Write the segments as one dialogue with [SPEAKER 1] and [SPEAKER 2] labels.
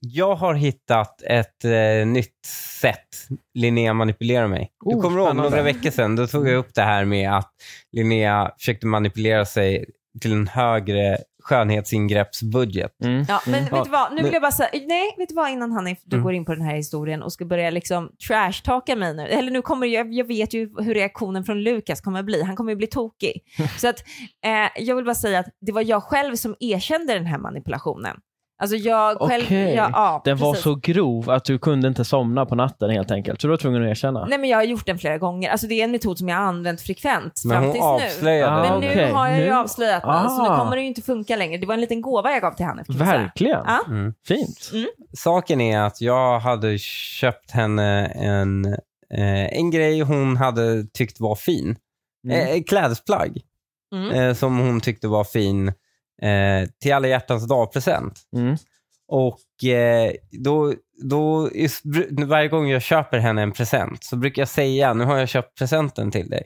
[SPEAKER 1] Jag har hittat ett eh, nytt sätt Linnea manipulerar mig. du
[SPEAKER 2] Oh,
[SPEAKER 1] kommer ihåg
[SPEAKER 2] spännande.
[SPEAKER 1] några veckor sedan, då tog jag upp det här med att Linnea försökte manipulera sig till en högre skönhetsingreppsbudget.
[SPEAKER 2] Mm.
[SPEAKER 3] Ja, men
[SPEAKER 2] Mm.
[SPEAKER 1] Ja,
[SPEAKER 3] vet du vad? Nu
[SPEAKER 1] men-
[SPEAKER 3] vill jag bara säga, nej, vet du vad innan Hanif, du
[SPEAKER 1] Mm.
[SPEAKER 3] går in på den här historien och ska börja liksom trashtalka mig nu. Eller nu kommer jag, jag vet ju hur reaktionen från Lukas kommer bli. Han kommer ju bli tokig. Så att eh, jag vill bara säga att det var jag själv som erkände den här manipulationen. Alltså jag själv,
[SPEAKER 2] Okej.
[SPEAKER 3] jag, ja,
[SPEAKER 2] Den var
[SPEAKER 3] precis.
[SPEAKER 2] så grov att du kunde inte somna på natten helt enkelt. Så du var tvungen att erkänna.
[SPEAKER 3] Nej men jag har gjort den flera gånger. Alltså det är en metod som jag har använt frekvent
[SPEAKER 1] Men
[SPEAKER 3] fram
[SPEAKER 1] hon
[SPEAKER 3] tills nu.
[SPEAKER 1] avslöjade.
[SPEAKER 2] Ah,
[SPEAKER 3] Men
[SPEAKER 2] okej.
[SPEAKER 3] nu har jag ju
[SPEAKER 2] Nu-
[SPEAKER 3] avslöjat den, så nu
[SPEAKER 2] Ah.
[SPEAKER 3] kommer det ju inte funka längre. Det var en liten gåva jag gav till typ Hanif. kan man säga.
[SPEAKER 2] Verkligen.
[SPEAKER 3] Ja.
[SPEAKER 1] Mm.
[SPEAKER 2] Fint.
[SPEAKER 1] Saken är att jag hade köpt henne en, eh, en grej hon hade tyckt var fin.
[SPEAKER 2] Mm.
[SPEAKER 1] Eh, klädesplagg
[SPEAKER 3] Mm.
[SPEAKER 1] eh, som hon tyckte var fin eh, till alla hjärtans dag-present.
[SPEAKER 2] Mm.
[SPEAKER 1] Och eh, då, då, is- br- varje gång jag köper henne en present så brukar jag säga, nu har jag köpt presenten till dig.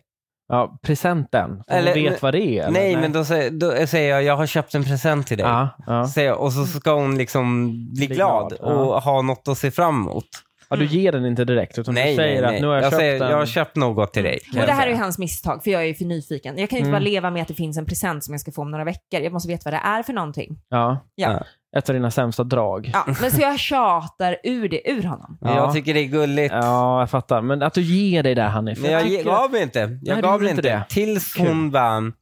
[SPEAKER 2] Ja, presenten. Så
[SPEAKER 1] Eller-
[SPEAKER 2] du vet vad det är. eller?
[SPEAKER 1] nej, men då, säger- då säger jag, jag har köpt en present till dig.
[SPEAKER 2] Ja, ja.
[SPEAKER 1] Säger jag, och så ska hon liksom bli,
[SPEAKER 2] Bli
[SPEAKER 1] glad,
[SPEAKER 2] glad,
[SPEAKER 1] och ha något att se fram emot.
[SPEAKER 2] ja, du ger den inte direkt utan
[SPEAKER 1] nej,
[SPEAKER 2] du säger
[SPEAKER 1] nej, nej.
[SPEAKER 2] att nu har jag, köpt Mm.
[SPEAKER 1] säger,
[SPEAKER 2] den.
[SPEAKER 1] jag har köpt något till dig. kan
[SPEAKER 3] Och
[SPEAKER 1] jag
[SPEAKER 3] det här är
[SPEAKER 1] säga.
[SPEAKER 3] ju hans misstag, för jag är ju för nyfiken. Jag kan ju inte
[SPEAKER 2] Mm.
[SPEAKER 3] bara leva med att det finns en present som jag ska få om några veckor. Jag måste veta vad det är för någonting.
[SPEAKER 2] ja.
[SPEAKER 3] Ja.
[SPEAKER 2] Ett av dina sämsta drag.
[SPEAKER 3] Ja, men så jag tjatar ur det ur honom.
[SPEAKER 1] Men Jag
[SPEAKER 2] Ja.
[SPEAKER 1] tycker det är gulligt.
[SPEAKER 2] Ja, jag fattar. Men att du ger dig där Hanif.
[SPEAKER 1] Men jag ge-
[SPEAKER 2] tycker-
[SPEAKER 1] gav mig inte. Jag
[SPEAKER 2] du
[SPEAKER 1] gav
[SPEAKER 2] gjorde
[SPEAKER 1] mig inte
[SPEAKER 2] inte
[SPEAKER 1] det.
[SPEAKER 2] det.
[SPEAKER 1] Tills
[SPEAKER 2] Kul.
[SPEAKER 1] hon vann.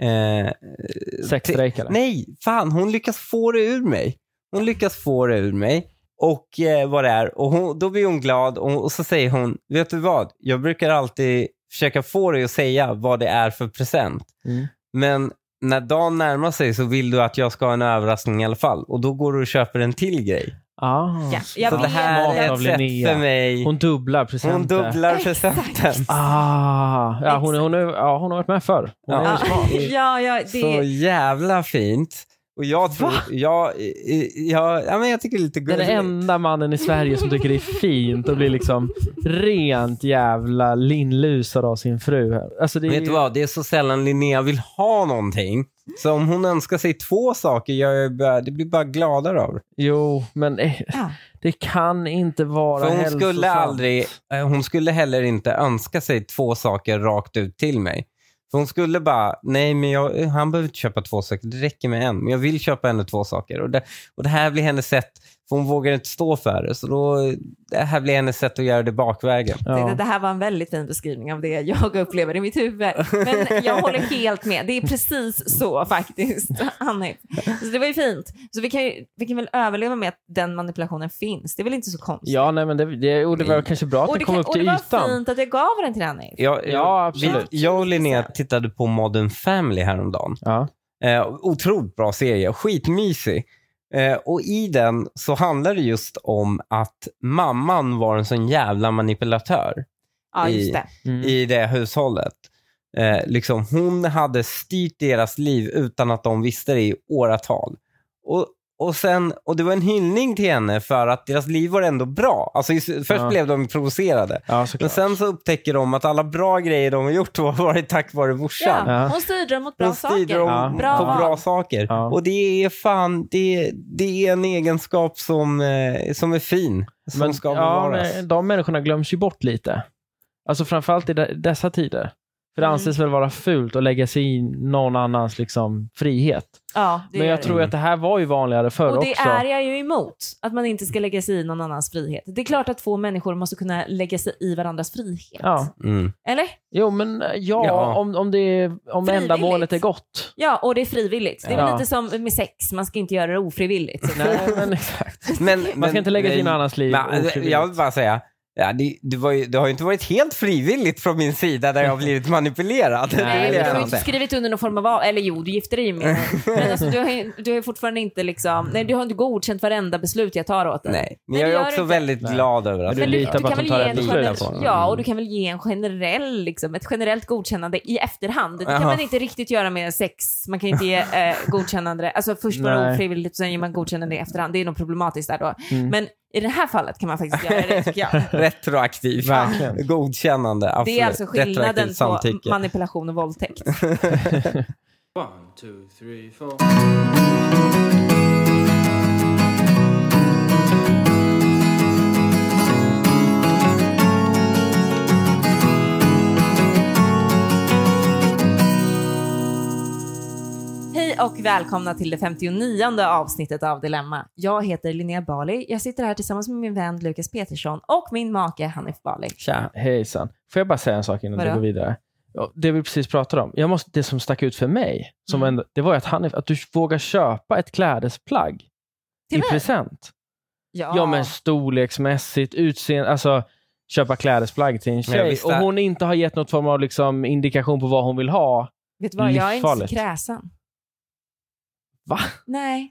[SPEAKER 1] Eh,
[SPEAKER 2] Sexstrejkare.
[SPEAKER 1] nej, fan hon lyckas få det ur mig. Hon lyckas få det ur mig. Och eh, vad det är. Och hon, då blir hon glad och, och så säger hon, vet du vad? Jag brukar alltid försöka få dig att säga vad det är för present.
[SPEAKER 2] Mm.
[SPEAKER 1] Men när dagen närmar sig så vill du att jag ska ha en överraskning i alla fall. Och då går du och köper en till grej.
[SPEAKER 2] Ah.
[SPEAKER 3] Ja, jag
[SPEAKER 1] så det
[SPEAKER 3] vet.
[SPEAKER 1] här är
[SPEAKER 2] Av
[SPEAKER 1] ett sätt
[SPEAKER 2] Linnea.
[SPEAKER 1] för mig. Hon,
[SPEAKER 2] Hon dubblar presenter.
[SPEAKER 1] dubblar
[SPEAKER 3] Exakt.
[SPEAKER 1] presenten.
[SPEAKER 2] Ah, ja, hon, hon, är, ja, hon har varit med förr. Hon
[SPEAKER 1] Ja.
[SPEAKER 2] är ju smart.
[SPEAKER 3] ja, ja, det...
[SPEAKER 1] Så jävla fint. Och jag tror, jag, jag, jag, ja, men jag tycker Alltså, det är lite
[SPEAKER 2] Den
[SPEAKER 1] gulligt.
[SPEAKER 2] enda mannen i Sverige som tycker det är fint att bli liksom rent jävla linlusad av sin fru. Här. Alltså det är
[SPEAKER 1] Vet du vad, det är så sällan Linnea vill ha någonting. Så om hon önskar sig två saker, jag är bara, det blir bara gladare av det.
[SPEAKER 2] Jo, men eh,
[SPEAKER 3] Ja.
[SPEAKER 2] det kan inte vara
[SPEAKER 1] För hon
[SPEAKER 2] hälsosamt.
[SPEAKER 1] skulle aldrig, eh, hon skulle heller inte önska sig två saker rakt ut till mig. För hon skulle bara, nej men jag, han behöver inte köpa två saker, det räcker med en. Men jag vill köpa henne två saker. Och det, och det här blir hennes sätt, för hon vågar inte stå för det. Så då, det här blir hennes sätt att göra det bakvägen.
[SPEAKER 3] Tänkte
[SPEAKER 2] Ja.
[SPEAKER 3] att Det här var en väldigt fin beskrivning av det jag upplever i mitt huvud. Men jag håller helt med. Det är precis så faktiskt, Hanif. Så det var ju fint. Så vi kan, ju, vi kan väl överleva med att den manipulationen finns. Det är väl inte så konstigt?
[SPEAKER 2] ja, nej men det, det, och det
[SPEAKER 1] Mm.
[SPEAKER 2] var kanske bra att
[SPEAKER 3] och
[SPEAKER 2] det,
[SPEAKER 3] det,
[SPEAKER 2] kom
[SPEAKER 3] kan,
[SPEAKER 2] upp
[SPEAKER 3] och det
[SPEAKER 2] till
[SPEAKER 3] var
[SPEAKER 2] ytan.
[SPEAKER 3] fint att jag gav den till Hanif.
[SPEAKER 1] Ja, eh,
[SPEAKER 2] Ja, absolut.
[SPEAKER 1] Vi, jag och Linnea tittade på Modern Family häromdagen.
[SPEAKER 2] Ja.
[SPEAKER 1] Eh, otroligt bra serie, skitmysig. Eh, och i den så handlar det just om att mamman var en sån jävla manipulatör
[SPEAKER 3] Ja,
[SPEAKER 1] i-
[SPEAKER 3] just det.
[SPEAKER 2] Mm.
[SPEAKER 1] i det hushållet. Eh, liksom, hon hade styrt deras liv utan att de visste det i åratal. Och, och, sen, och det var en hyllning till henne för att deras liv var ändå bra. Alltså, i- först
[SPEAKER 2] Ja.
[SPEAKER 1] blev de provocerade.
[SPEAKER 2] Ja,
[SPEAKER 1] Men
[SPEAKER 2] såklart.
[SPEAKER 1] sen så upptäcker de att alla bra grejer de har gjort har varit tack vare morsan.
[SPEAKER 3] Ja,
[SPEAKER 2] Ja.
[SPEAKER 3] hon styrde dem mot bra
[SPEAKER 1] De
[SPEAKER 3] saker.
[SPEAKER 1] strider om,
[SPEAKER 2] Ja.
[SPEAKER 3] Bra
[SPEAKER 1] på
[SPEAKER 3] val.
[SPEAKER 1] bra saker.
[SPEAKER 2] Ja.
[SPEAKER 1] Och det är fan, det, det är en egenskap som, eh, som är fin. Som
[SPEAKER 2] Men,
[SPEAKER 1] ska
[SPEAKER 2] ja,
[SPEAKER 1] bevaras.
[SPEAKER 2] men de människorna glöms ju bort lite. Alltså framförallt i de- dessa tider. För det
[SPEAKER 3] Mm.
[SPEAKER 2] anses väl vara fult att lägga sig i någon annans liksom, frihet.
[SPEAKER 3] Ja, det
[SPEAKER 2] Men
[SPEAKER 3] gör
[SPEAKER 2] jag
[SPEAKER 3] det.
[SPEAKER 2] tror att det här var ju vanligare förr
[SPEAKER 3] Och det
[SPEAKER 2] också.
[SPEAKER 3] är jag ju emot, att man inte ska lägga sig i någon annans frihet. Det är klart att två människor måste kunna lägga sig i varandras frihet.
[SPEAKER 2] Ja.
[SPEAKER 1] Mm.
[SPEAKER 3] Eller?
[SPEAKER 2] Jo, men eh, ja,
[SPEAKER 1] Ja.
[SPEAKER 2] Om, om, det är, om
[SPEAKER 3] Frivilligt.
[SPEAKER 2] ändamålet är gott.
[SPEAKER 3] Ja, och det är frivilligt. Det är
[SPEAKER 2] Ja.
[SPEAKER 3] väl lite som med sex, man ska inte göra det ofrivilligt. Så
[SPEAKER 2] Nej, men exakt.
[SPEAKER 1] Men,
[SPEAKER 2] Man ska inte lägga sig i någon annans liv.
[SPEAKER 1] Men, eh,
[SPEAKER 2] ofrivilligt.
[SPEAKER 1] jag vill bara säga, ja, det, det, var ju, det har ju inte varit helt frivilligt från min sida där jag har blivit manipulerad.
[SPEAKER 2] Nej,
[SPEAKER 1] det
[SPEAKER 3] Nej,
[SPEAKER 1] vill
[SPEAKER 3] du
[SPEAKER 1] jag
[SPEAKER 3] har ju
[SPEAKER 1] gärna
[SPEAKER 3] inte
[SPEAKER 1] säga.
[SPEAKER 3] skrivit under någon form av av- eller jo, du gifter dig med Men alltså, du har ju du har ju fortfarande inte liksom, nej du har inte godkänt varenda beslut jag tar åt dig.
[SPEAKER 1] Nej, men
[SPEAKER 3] Nej,
[SPEAKER 1] jag är
[SPEAKER 3] det gör
[SPEAKER 1] också
[SPEAKER 3] du inte.
[SPEAKER 1] väldigt
[SPEAKER 2] Nej.
[SPEAKER 1] glad över att
[SPEAKER 2] Men du litar på att
[SPEAKER 3] kan
[SPEAKER 2] de
[SPEAKER 3] väl
[SPEAKER 2] tar
[SPEAKER 3] ge
[SPEAKER 2] rätt
[SPEAKER 3] en
[SPEAKER 2] beslut.
[SPEAKER 3] generell-
[SPEAKER 1] Litar på dem.
[SPEAKER 3] Ja, och du kan väl ge en generell, liksom, ett generellt godkännande i efterhand. Det kan
[SPEAKER 1] Jaha.
[SPEAKER 3] man inte riktigt göra med sex. Man kan inte ge eh, godkännande, alltså först var det
[SPEAKER 2] Nej.
[SPEAKER 3] ofrivilligt och sen ger man godkännande i efterhand. Det är nog problematiskt där då.
[SPEAKER 2] Mm.
[SPEAKER 3] Men i det här fallet kan man faktiskt göra det tycker jag.
[SPEAKER 1] retroaktivt.
[SPEAKER 2] Verkligen.
[SPEAKER 1] Godkännande, absolut.
[SPEAKER 3] Det är alltså skillnaden
[SPEAKER 1] Retroaktivt
[SPEAKER 3] på
[SPEAKER 1] samtycke.
[SPEAKER 3] manipulation och våldtäkt.
[SPEAKER 4] One, two, three, four.
[SPEAKER 3] välkomna till det 59 avsnittet av Dilemma. Jag heter Linnea Bali. Jag sitter här tillsammans med min vän Lukas Petersson och min make Hanif Bali.
[SPEAKER 2] Tja, hejsan. Får jag bara säga en sak innan du
[SPEAKER 3] Vadå?
[SPEAKER 2] går vidare? Ja, Det vi precis pratade om. Jag måste, det som stack ut för mig, som
[SPEAKER 3] Mm.
[SPEAKER 2] ändå, det var ju att, han, att du vågar köpa ett klädesplagg i
[SPEAKER 3] Till mig?
[SPEAKER 2] present. Ja, men storleksmässigt, utseende, alltså köpa klädesplagg till en
[SPEAKER 1] Men jag
[SPEAKER 2] tjej.
[SPEAKER 1] visste-
[SPEAKER 2] Och hon inte har gett något form av liksom, indikation på vad hon vill ha.
[SPEAKER 3] Vet du vad, jag är inte så
[SPEAKER 2] livsfarligt.
[SPEAKER 3] kräsen.
[SPEAKER 2] Va?
[SPEAKER 3] Nej.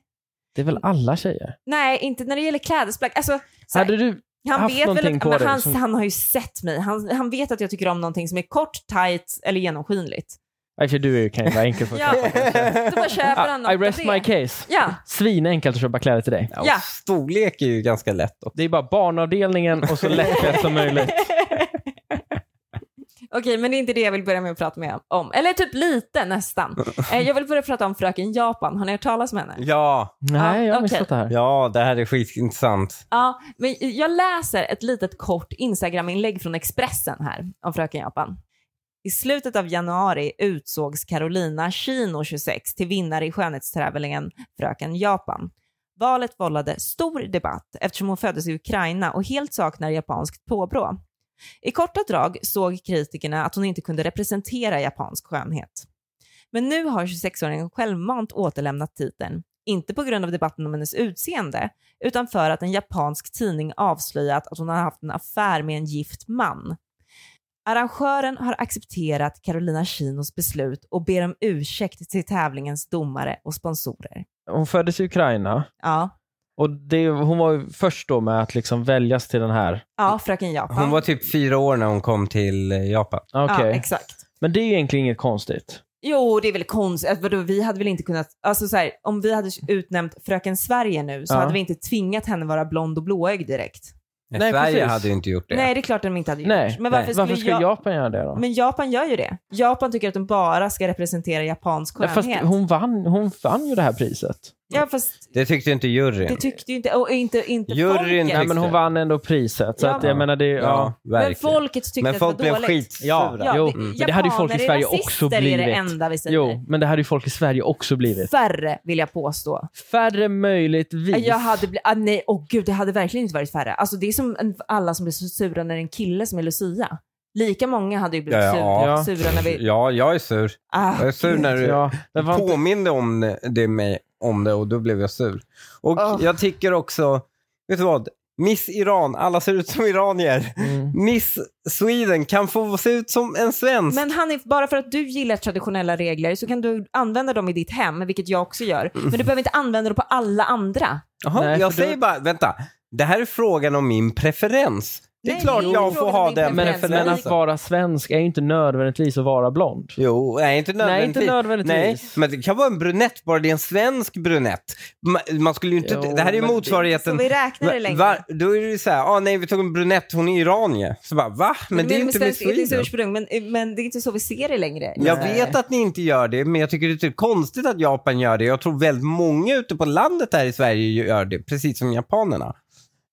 [SPEAKER 2] Det är väl alla tjejer?
[SPEAKER 3] Nej, inte när det gäller klädesplagg. Alltså, Mm. så här,
[SPEAKER 2] Hade du,
[SPEAKER 3] han
[SPEAKER 2] haft
[SPEAKER 3] vet väl
[SPEAKER 2] någonting
[SPEAKER 3] att,
[SPEAKER 2] på
[SPEAKER 3] men
[SPEAKER 2] dig
[SPEAKER 3] han,
[SPEAKER 2] som-
[SPEAKER 3] han har ju sett mig. Han, han vet att jag tycker om någonting som är kort, tight eller genomskinligt.
[SPEAKER 2] Nej, för du är ju- kan ju vara enkel för att
[SPEAKER 3] Ja.
[SPEAKER 2] köpa kläder.
[SPEAKER 3] Då bara köper han något
[SPEAKER 2] Ah, I
[SPEAKER 3] av
[SPEAKER 2] rest
[SPEAKER 3] det.
[SPEAKER 2] my case.
[SPEAKER 3] Ja,
[SPEAKER 2] Svinenkelt att köpa kläder till dig.
[SPEAKER 1] Ja, och
[SPEAKER 3] Ja.
[SPEAKER 1] Storlek är ju ganska lätt. Då.
[SPEAKER 2] Det är bara barnavdelningen och så lättklätt som möjligt.
[SPEAKER 3] Okej, men det är inte det jag vill börja med att prata med om. Eller typ lite nästan. Eh, Jag vill börja prata om fröken Japan. Har ni hört talas om henne?
[SPEAKER 1] Ja,
[SPEAKER 2] Nej, jag har
[SPEAKER 3] okej.
[SPEAKER 2] missat det här.
[SPEAKER 1] ja, det här är skitintressant.
[SPEAKER 3] Ja, men jag läser ett litet kort Instagram-inlägg från Expressen här om fröken Japan. I slutet av januari utsågs Carolina Kino 26 till vinnare i skönhetstävlingen Fröken Japan. Valet vållade stor debatt eftersom hon föddes i Ukraina och helt saknar japanskt påbrå. I korta drag såg kritikerna att hon inte kunde representera japansk skönhet. Men nu har 26-åringen självmant återlämnat titeln, inte på grund av debatten om hennes utseende, utan för att en japansk tidning avslöjat att hon har haft en affär med en gift man. Arrangören har accepterat Carolina Kinos beslut och ber om ursäkt till tävlingens domare och sponsorer.
[SPEAKER 2] Hon föddes i Ukraina
[SPEAKER 3] Ja,
[SPEAKER 2] och det, hon var ju först då med att liksom väljas till den här.
[SPEAKER 3] ja fröken Japan.
[SPEAKER 1] Hon var typ fyra år när hon kom till eh, Japan.
[SPEAKER 2] Ah, Okej.
[SPEAKER 3] Ja, exakt.
[SPEAKER 2] Men det är ju egentligen inget konstigt.
[SPEAKER 3] Jo, det är väl konstigt. Att Vadå, vi hade väl inte kunnat... Alltså så här, om vi hade utnämnt fröken Sverige nu så
[SPEAKER 2] Ja.
[SPEAKER 3] hade vi inte tvingat henne vara blond och blåögd direkt.
[SPEAKER 2] Nej,
[SPEAKER 1] Nej, Sverige
[SPEAKER 2] precis.
[SPEAKER 1] hade ju inte gjort det.
[SPEAKER 3] Nej, det är klart att de inte hade gjort.
[SPEAKER 2] Nej,
[SPEAKER 3] Men varför,
[SPEAKER 2] nej.
[SPEAKER 3] skulle
[SPEAKER 2] varför ska
[SPEAKER 3] jag...
[SPEAKER 2] Japan göra det då?
[SPEAKER 3] Men Japan gör ju det. Japan tycker att de bara ska representera japansk
[SPEAKER 2] Nej,
[SPEAKER 3] skönhet.
[SPEAKER 2] fast hon vann, hon vann ju det här priset.
[SPEAKER 3] Ja, fast
[SPEAKER 1] Det tyckte inte juryn.
[SPEAKER 3] det tyckte ju inte, och inte, inte
[SPEAKER 1] Juryn
[SPEAKER 3] folket.
[SPEAKER 1] tyckte-
[SPEAKER 2] Nej, men hon
[SPEAKER 1] det.
[SPEAKER 2] vann ändå priset. Så
[SPEAKER 3] Ja,
[SPEAKER 2] att, jag
[SPEAKER 1] men-
[SPEAKER 2] menar, det, ja.
[SPEAKER 1] ja,
[SPEAKER 3] men
[SPEAKER 1] verkligen.
[SPEAKER 3] folket tyckte
[SPEAKER 1] Men
[SPEAKER 3] att
[SPEAKER 1] folk
[SPEAKER 3] det var
[SPEAKER 1] blev
[SPEAKER 3] dåligt.
[SPEAKER 1] skitsura.
[SPEAKER 2] Ja,
[SPEAKER 3] Ja,
[SPEAKER 2] jo,
[SPEAKER 3] det-
[SPEAKER 2] men det hade ju folk i
[SPEAKER 3] japaner är
[SPEAKER 2] Sverige
[SPEAKER 3] rasister,
[SPEAKER 2] också
[SPEAKER 3] är det
[SPEAKER 2] blivit.
[SPEAKER 3] enda vi säger.
[SPEAKER 2] Jo, men det hade ju folk i Sverige också blivit.
[SPEAKER 3] Färre vill jag påstå.
[SPEAKER 2] Färre möjligtvis.
[SPEAKER 3] Jag hade blivit, ah, nej, åh gud, det hade verkligen inte varit färre. Alltså det är som en- alla som blir så sura när det är en kille som är Lucia. Lika många hade ju blivit
[SPEAKER 1] Ja, ja.
[SPEAKER 3] Sura, sura när vi...
[SPEAKER 1] Ja, jag är sur.
[SPEAKER 3] Ah,
[SPEAKER 1] Jag är sur när du
[SPEAKER 2] Ja, men var inte...
[SPEAKER 1] påminde om det mig om det och då blev jag sur. Och
[SPEAKER 3] Ah.
[SPEAKER 1] jag tycker också, vet du vad? Miss Iran, alla ser ut som iranier.
[SPEAKER 2] Mm.
[SPEAKER 1] Miss Sweden kan få se ut som en svensk.
[SPEAKER 3] Men Hanif, bara för att du gillar traditionella regler så kan du använda dem i ditt hem, vilket jag också gör. Men du behöver inte använda dem på alla andra.
[SPEAKER 1] Jaha,
[SPEAKER 2] Nej,
[SPEAKER 1] jag
[SPEAKER 2] för då-
[SPEAKER 1] säger bara, vänta. Det här är frågan om min preferens. Det är
[SPEAKER 3] Nej,
[SPEAKER 1] klart
[SPEAKER 3] det är
[SPEAKER 1] jag
[SPEAKER 3] frågan
[SPEAKER 1] får
[SPEAKER 3] om
[SPEAKER 1] ha
[SPEAKER 3] din
[SPEAKER 1] den
[SPEAKER 2] Men,
[SPEAKER 3] preferens.
[SPEAKER 1] preferensen.
[SPEAKER 2] men att vara svensk är ju inte nödvändigtvis att vara blond.
[SPEAKER 1] Jo, nej inte
[SPEAKER 2] Nej, inte
[SPEAKER 1] nödvändigtvis. Nej,
[SPEAKER 2] nödvändigtvis.
[SPEAKER 1] men det kan vara en brunett, bara det är en svensk brunett. Man, man skulle ju inte,
[SPEAKER 2] Jo,
[SPEAKER 1] det här är ju
[SPEAKER 2] men det-
[SPEAKER 3] Så
[SPEAKER 1] motsvarigheten.
[SPEAKER 3] vi räknar det längre.
[SPEAKER 1] Va- då är det ju så här, ah, nej vi tog en brunett, hon är iranier. Så bara, va? Men, det är ju inte
[SPEAKER 3] med
[SPEAKER 1] Miss
[SPEAKER 3] svensk etniskt
[SPEAKER 1] Sweden.
[SPEAKER 3] ursprung, men, men det är inte så vi ser det längre.
[SPEAKER 1] Jag
[SPEAKER 2] Nej.
[SPEAKER 1] vet att ni inte gör det, men jag tycker det är typ konstigt att Japan gör det. Jag tror väldigt många ute på landet här i Sverige gör det, precis som japanerna.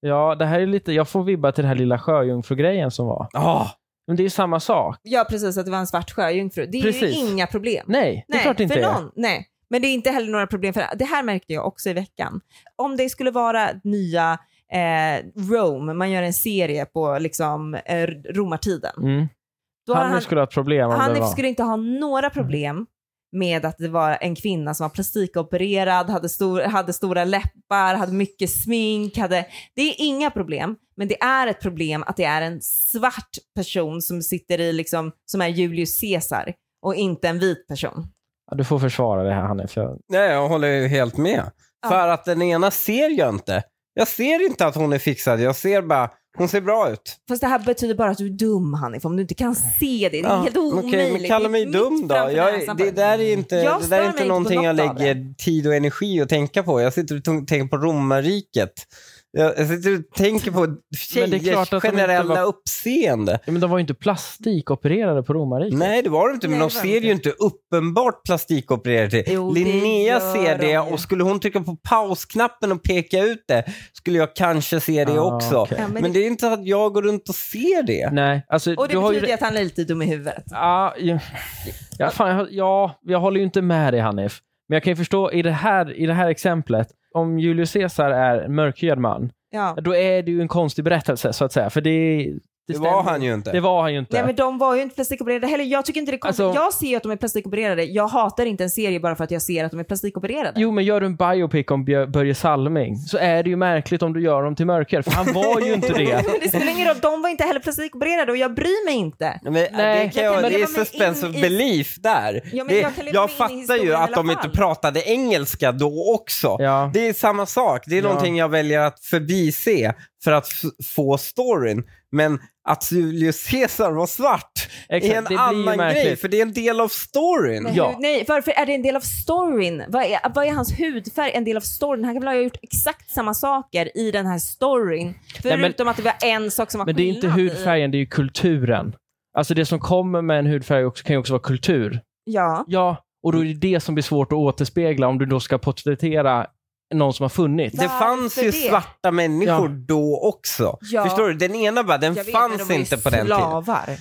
[SPEAKER 2] Ja, det här är lite, jag får vibba till den här lilla sjöjungfrugrejen som var.
[SPEAKER 1] Ah,
[SPEAKER 2] Men det är ju samma sak.
[SPEAKER 3] Ja, precis, att det var en svart sjöjungfru. Det är
[SPEAKER 2] Precis.
[SPEAKER 3] ju inga problem.
[SPEAKER 2] Nej, det är klart det inte
[SPEAKER 3] för
[SPEAKER 2] är.
[SPEAKER 3] någon. Nej. Men det är inte heller några problem för det här märkte jag också i veckan. Om det skulle vara nya eh, Rome, man gör en serie på liksom, eh, romartiden.
[SPEAKER 2] Mm.
[SPEAKER 3] Då har
[SPEAKER 2] Hanif
[SPEAKER 3] han,
[SPEAKER 2] skulle ha ett problem om det
[SPEAKER 3] Hanif
[SPEAKER 2] var.
[SPEAKER 3] skulle inte ha
[SPEAKER 1] Mm.
[SPEAKER 3] några problem med att det var en kvinna som var plastikopererad, hade, stor, hade stora läppar, hade mycket smink. Hade, det är inga problem, men det är ett problem att det är en svart person som sitter i, liksom, som är Julius Caesar och inte en vit person.
[SPEAKER 2] Ja, Du får försvara det här Hanif. Jag...
[SPEAKER 1] nej, jag håller ju helt med.
[SPEAKER 3] Ja.
[SPEAKER 1] För att den ena ser jag inte. Jag ser inte att hon är fixad, jag ser bara, hon ser bra ut.
[SPEAKER 3] Fast det här betyder bara att du är dum Hanif, om du inte kan se det. Det är
[SPEAKER 1] Ja,
[SPEAKER 3] helt
[SPEAKER 1] men
[SPEAKER 3] omöjligt.
[SPEAKER 1] okej, men kalla mig
[SPEAKER 3] Det är
[SPEAKER 1] dum
[SPEAKER 3] mitt
[SPEAKER 1] då.
[SPEAKER 3] framför
[SPEAKER 1] Jag,
[SPEAKER 3] näsan
[SPEAKER 1] det
[SPEAKER 3] bara.
[SPEAKER 1] där är inte,
[SPEAKER 3] Jag
[SPEAKER 1] det där
[SPEAKER 3] stör
[SPEAKER 1] är
[SPEAKER 3] mig
[SPEAKER 1] inte
[SPEAKER 3] inte på
[SPEAKER 1] någonting jag
[SPEAKER 3] något av
[SPEAKER 1] lägger tid och energi att tänka på. Jag sitter och t- tänker på romarriket. Jag jag sitter och tänker på
[SPEAKER 2] klart
[SPEAKER 1] tjejers
[SPEAKER 2] att de inte
[SPEAKER 1] generella
[SPEAKER 2] var-
[SPEAKER 1] uppseende.
[SPEAKER 2] Ja, men de var ju inte plastikopererade på romarriket.
[SPEAKER 1] Nej, det var det inte. Men
[SPEAKER 3] Nej,
[SPEAKER 1] de
[SPEAKER 3] det var
[SPEAKER 1] ser
[SPEAKER 3] inte.
[SPEAKER 1] ju inte uppenbart plastikopererade till.
[SPEAKER 3] Jo, det
[SPEAKER 1] Linnea
[SPEAKER 3] gör
[SPEAKER 1] ser
[SPEAKER 3] de ju.
[SPEAKER 1] det och skulle hon trycka på pausknappen och peka ut det skulle jag kanske se det
[SPEAKER 2] Ah,
[SPEAKER 1] också.
[SPEAKER 2] okej.
[SPEAKER 3] Ja, men
[SPEAKER 1] Men, det är inte att jag går runt och ser det.
[SPEAKER 2] Nej, alltså
[SPEAKER 3] Och det
[SPEAKER 2] du har ju...
[SPEAKER 3] betyder ju att han är lite dum i huvudet.
[SPEAKER 2] Ja, ju- ja, fan, jag, ja, jag håller ju inte med dig Hanif. Men jag kan ju förstå i det här, i det här exemplet, om Julius Caesar är en mörkhyad man,
[SPEAKER 3] Ja.
[SPEAKER 2] då är det ju en konstig berättelse så att säga. För det, det,
[SPEAKER 1] Det
[SPEAKER 2] stämmer-
[SPEAKER 1] var han ju inte.
[SPEAKER 2] Det var han ju inte.
[SPEAKER 3] Nej men de var ju inte plastikopererade heller. Jag tycker inte det är konstigt.
[SPEAKER 2] Alltså-
[SPEAKER 3] jag ser ju att de är plastikopererade. Jag hatar inte en serie bara för att jag ser att de är plastikopererade.
[SPEAKER 2] Jo, men gör du en biopic om Björ- Börje Salming så är det ju märkligt om du gör dem till mörker, för han var ju inte det.
[SPEAKER 3] Men det spelar ingen roll, de var inte heller plastikopererade och jag bryr mig inte.
[SPEAKER 1] Men, äh,
[SPEAKER 2] Nej,
[SPEAKER 1] det, kan
[SPEAKER 3] jag
[SPEAKER 1] jag,
[SPEAKER 3] kan
[SPEAKER 1] det är
[SPEAKER 3] leva mig
[SPEAKER 1] suspense
[SPEAKER 3] in
[SPEAKER 1] of
[SPEAKER 3] i-
[SPEAKER 1] belief där.
[SPEAKER 3] Ja, men
[SPEAKER 1] det,
[SPEAKER 3] jag kan leva mig in i
[SPEAKER 1] fattar ju
[SPEAKER 3] historien i
[SPEAKER 1] att
[SPEAKER 3] alla
[SPEAKER 1] de inte
[SPEAKER 3] fall.
[SPEAKER 1] pratade engelska då också.
[SPEAKER 2] Ja.
[SPEAKER 1] Det är samma sak. Det är
[SPEAKER 2] Ja.
[SPEAKER 1] någonting jag väljer att förbise för att f- få storyn. Men att Julius Caesar var svart
[SPEAKER 2] Exakt,
[SPEAKER 1] är en
[SPEAKER 2] det blir ju
[SPEAKER 1] annan grej,
[SPEAKER 2] märkligt.
[SPEAKER 1] för det är en del av storyn.
[SPEAKER 3] Men
[SPEAKER 2] Ja.
[SPEAKER 3] hur- Nej, varför är det en del av storyn? Vad är, vad är hans hudfärg en del av storyn? Han kan väl ha gjort exakt samma saker i den här storyn?
[SPEAKER 2] men-
[SPEAKER 3] Förutom att det var en sak som var
[SPEAKER 2] Men det är inte
[SPEAKER 3] skillnad i-
[SPEAKER 2] hudfärgen, det är ju kulturen. Alltså det som kommer med en hudfärg också, kan ju också vara kultur.
[SPEAKER 3] Ja.
[SPEAKER 2] Ja, och då är det det som blir svårt att återspegla om du då ska porträttera någon som har funnits.
[SPEAKER 1] Det
[SPEAKER 3] Varför
[SPEAKER 1] fanns ju
[SPEAKER 3] det?
[SPEAKER 1] svarta människor då också.
[SPEAKER 3] Ja.
[SPEAKER 1] Förstår du? Den ena bara, den
[SPEAKER 3] Jag vet, men
[SPEAKER 1] fanns
[SPEAKER 3] de var ju
[SPEAKER 1] inte på den tiden.
[SPEAKER 3] slavar.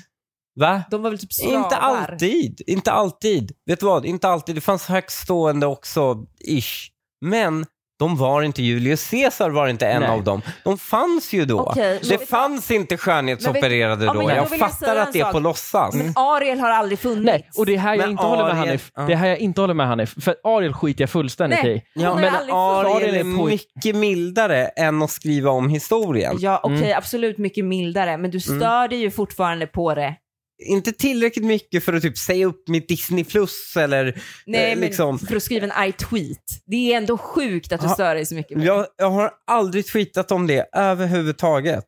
[SPEAKER 1] Va?
[SPEAKER 3] De var väl typ slavar?
[SPEAKER 1] Inte alltid. Inte alltid. Vet du vad? Inte alltid. Det fanns högstående också, ish. Men de var inte Julius Caesar var inte en
[SPEAKER 2] Nej.
[SPEAKER 1] av dem. De fanns ju då.
[SPEAKER 3] Okej,
[SPEAKER 1] det
[SPEAKER 3] men-
[SPEAKER 1] fanns inte skönhetsopererade
[SPEAKER 3] Men vet- ja,
[SPEAKER 1] då.
[SPEAKER 3] men jag-
[SPEAKER 1] jag
[SPEAKER 3] då vill jag
[SPEAKER 1] fattar
[SPEAKER 3] säga
[SPEAKER 1] att det är
[SPEAKER 3] en
[SPEAKER 1] på
[SPEAKER 3] sak.
[SPEAKER 1] låtsas.
[SPEAKER 3] Men Ariel har aldrig funnits.
[SPEAKER 2] Nej, och det är här jag
[SPEAKER 1] Men
[SPEAKER 2] inte håller med
[SPEAKER 1] Ariel-
[SPEAKER 2] Hanif.
[SPEAKER 1] ja.
[SPEAKER 2] Det är här jag inte håller med Hanif. För Ariel skiter jag fullständigt
[SPEAKER 3] Nej.
[SPEAKER 2] i.
[SPEAKER 3] hon
[SPEAKER 1] Ja,
[SPEAKER 3] har
[SPEAKER 1] men
[SPEAKER 3] aldrig funnits.
[SPEAKER 1] Ariel
[SPEAKER 2] Ariel är
[SPEAKER 1] är
[SPEAKER 2] poj-
[SPEAKER 1] mycket mildare än att skriva om historien.
[SPEAKER 3] Ja, okej, absolut mycket mildare, men du
[SPEAKER 1] Mm.
[SPEAKER 3] stör dig ju fortfarande på det.
[SPEAKER 1] Inte tillräckligt mycket för att typ säga upp mitt Disney plus eller
[SPEAKER 3] Nej,
[SPEAKER 1] eh,
[SPEAKER 3] men
[SPEAKER 1] liksom.
[SPEAKER 3] för att skriva en I-tweet. Det är ändå sjukt att du
[SPEAKER 1] Ja.
[SPEAKER 3] stör dig så mycket. på det.
[SPEAKER 1] Jag, jag har aldrig tweetat om det överhuvudtaget.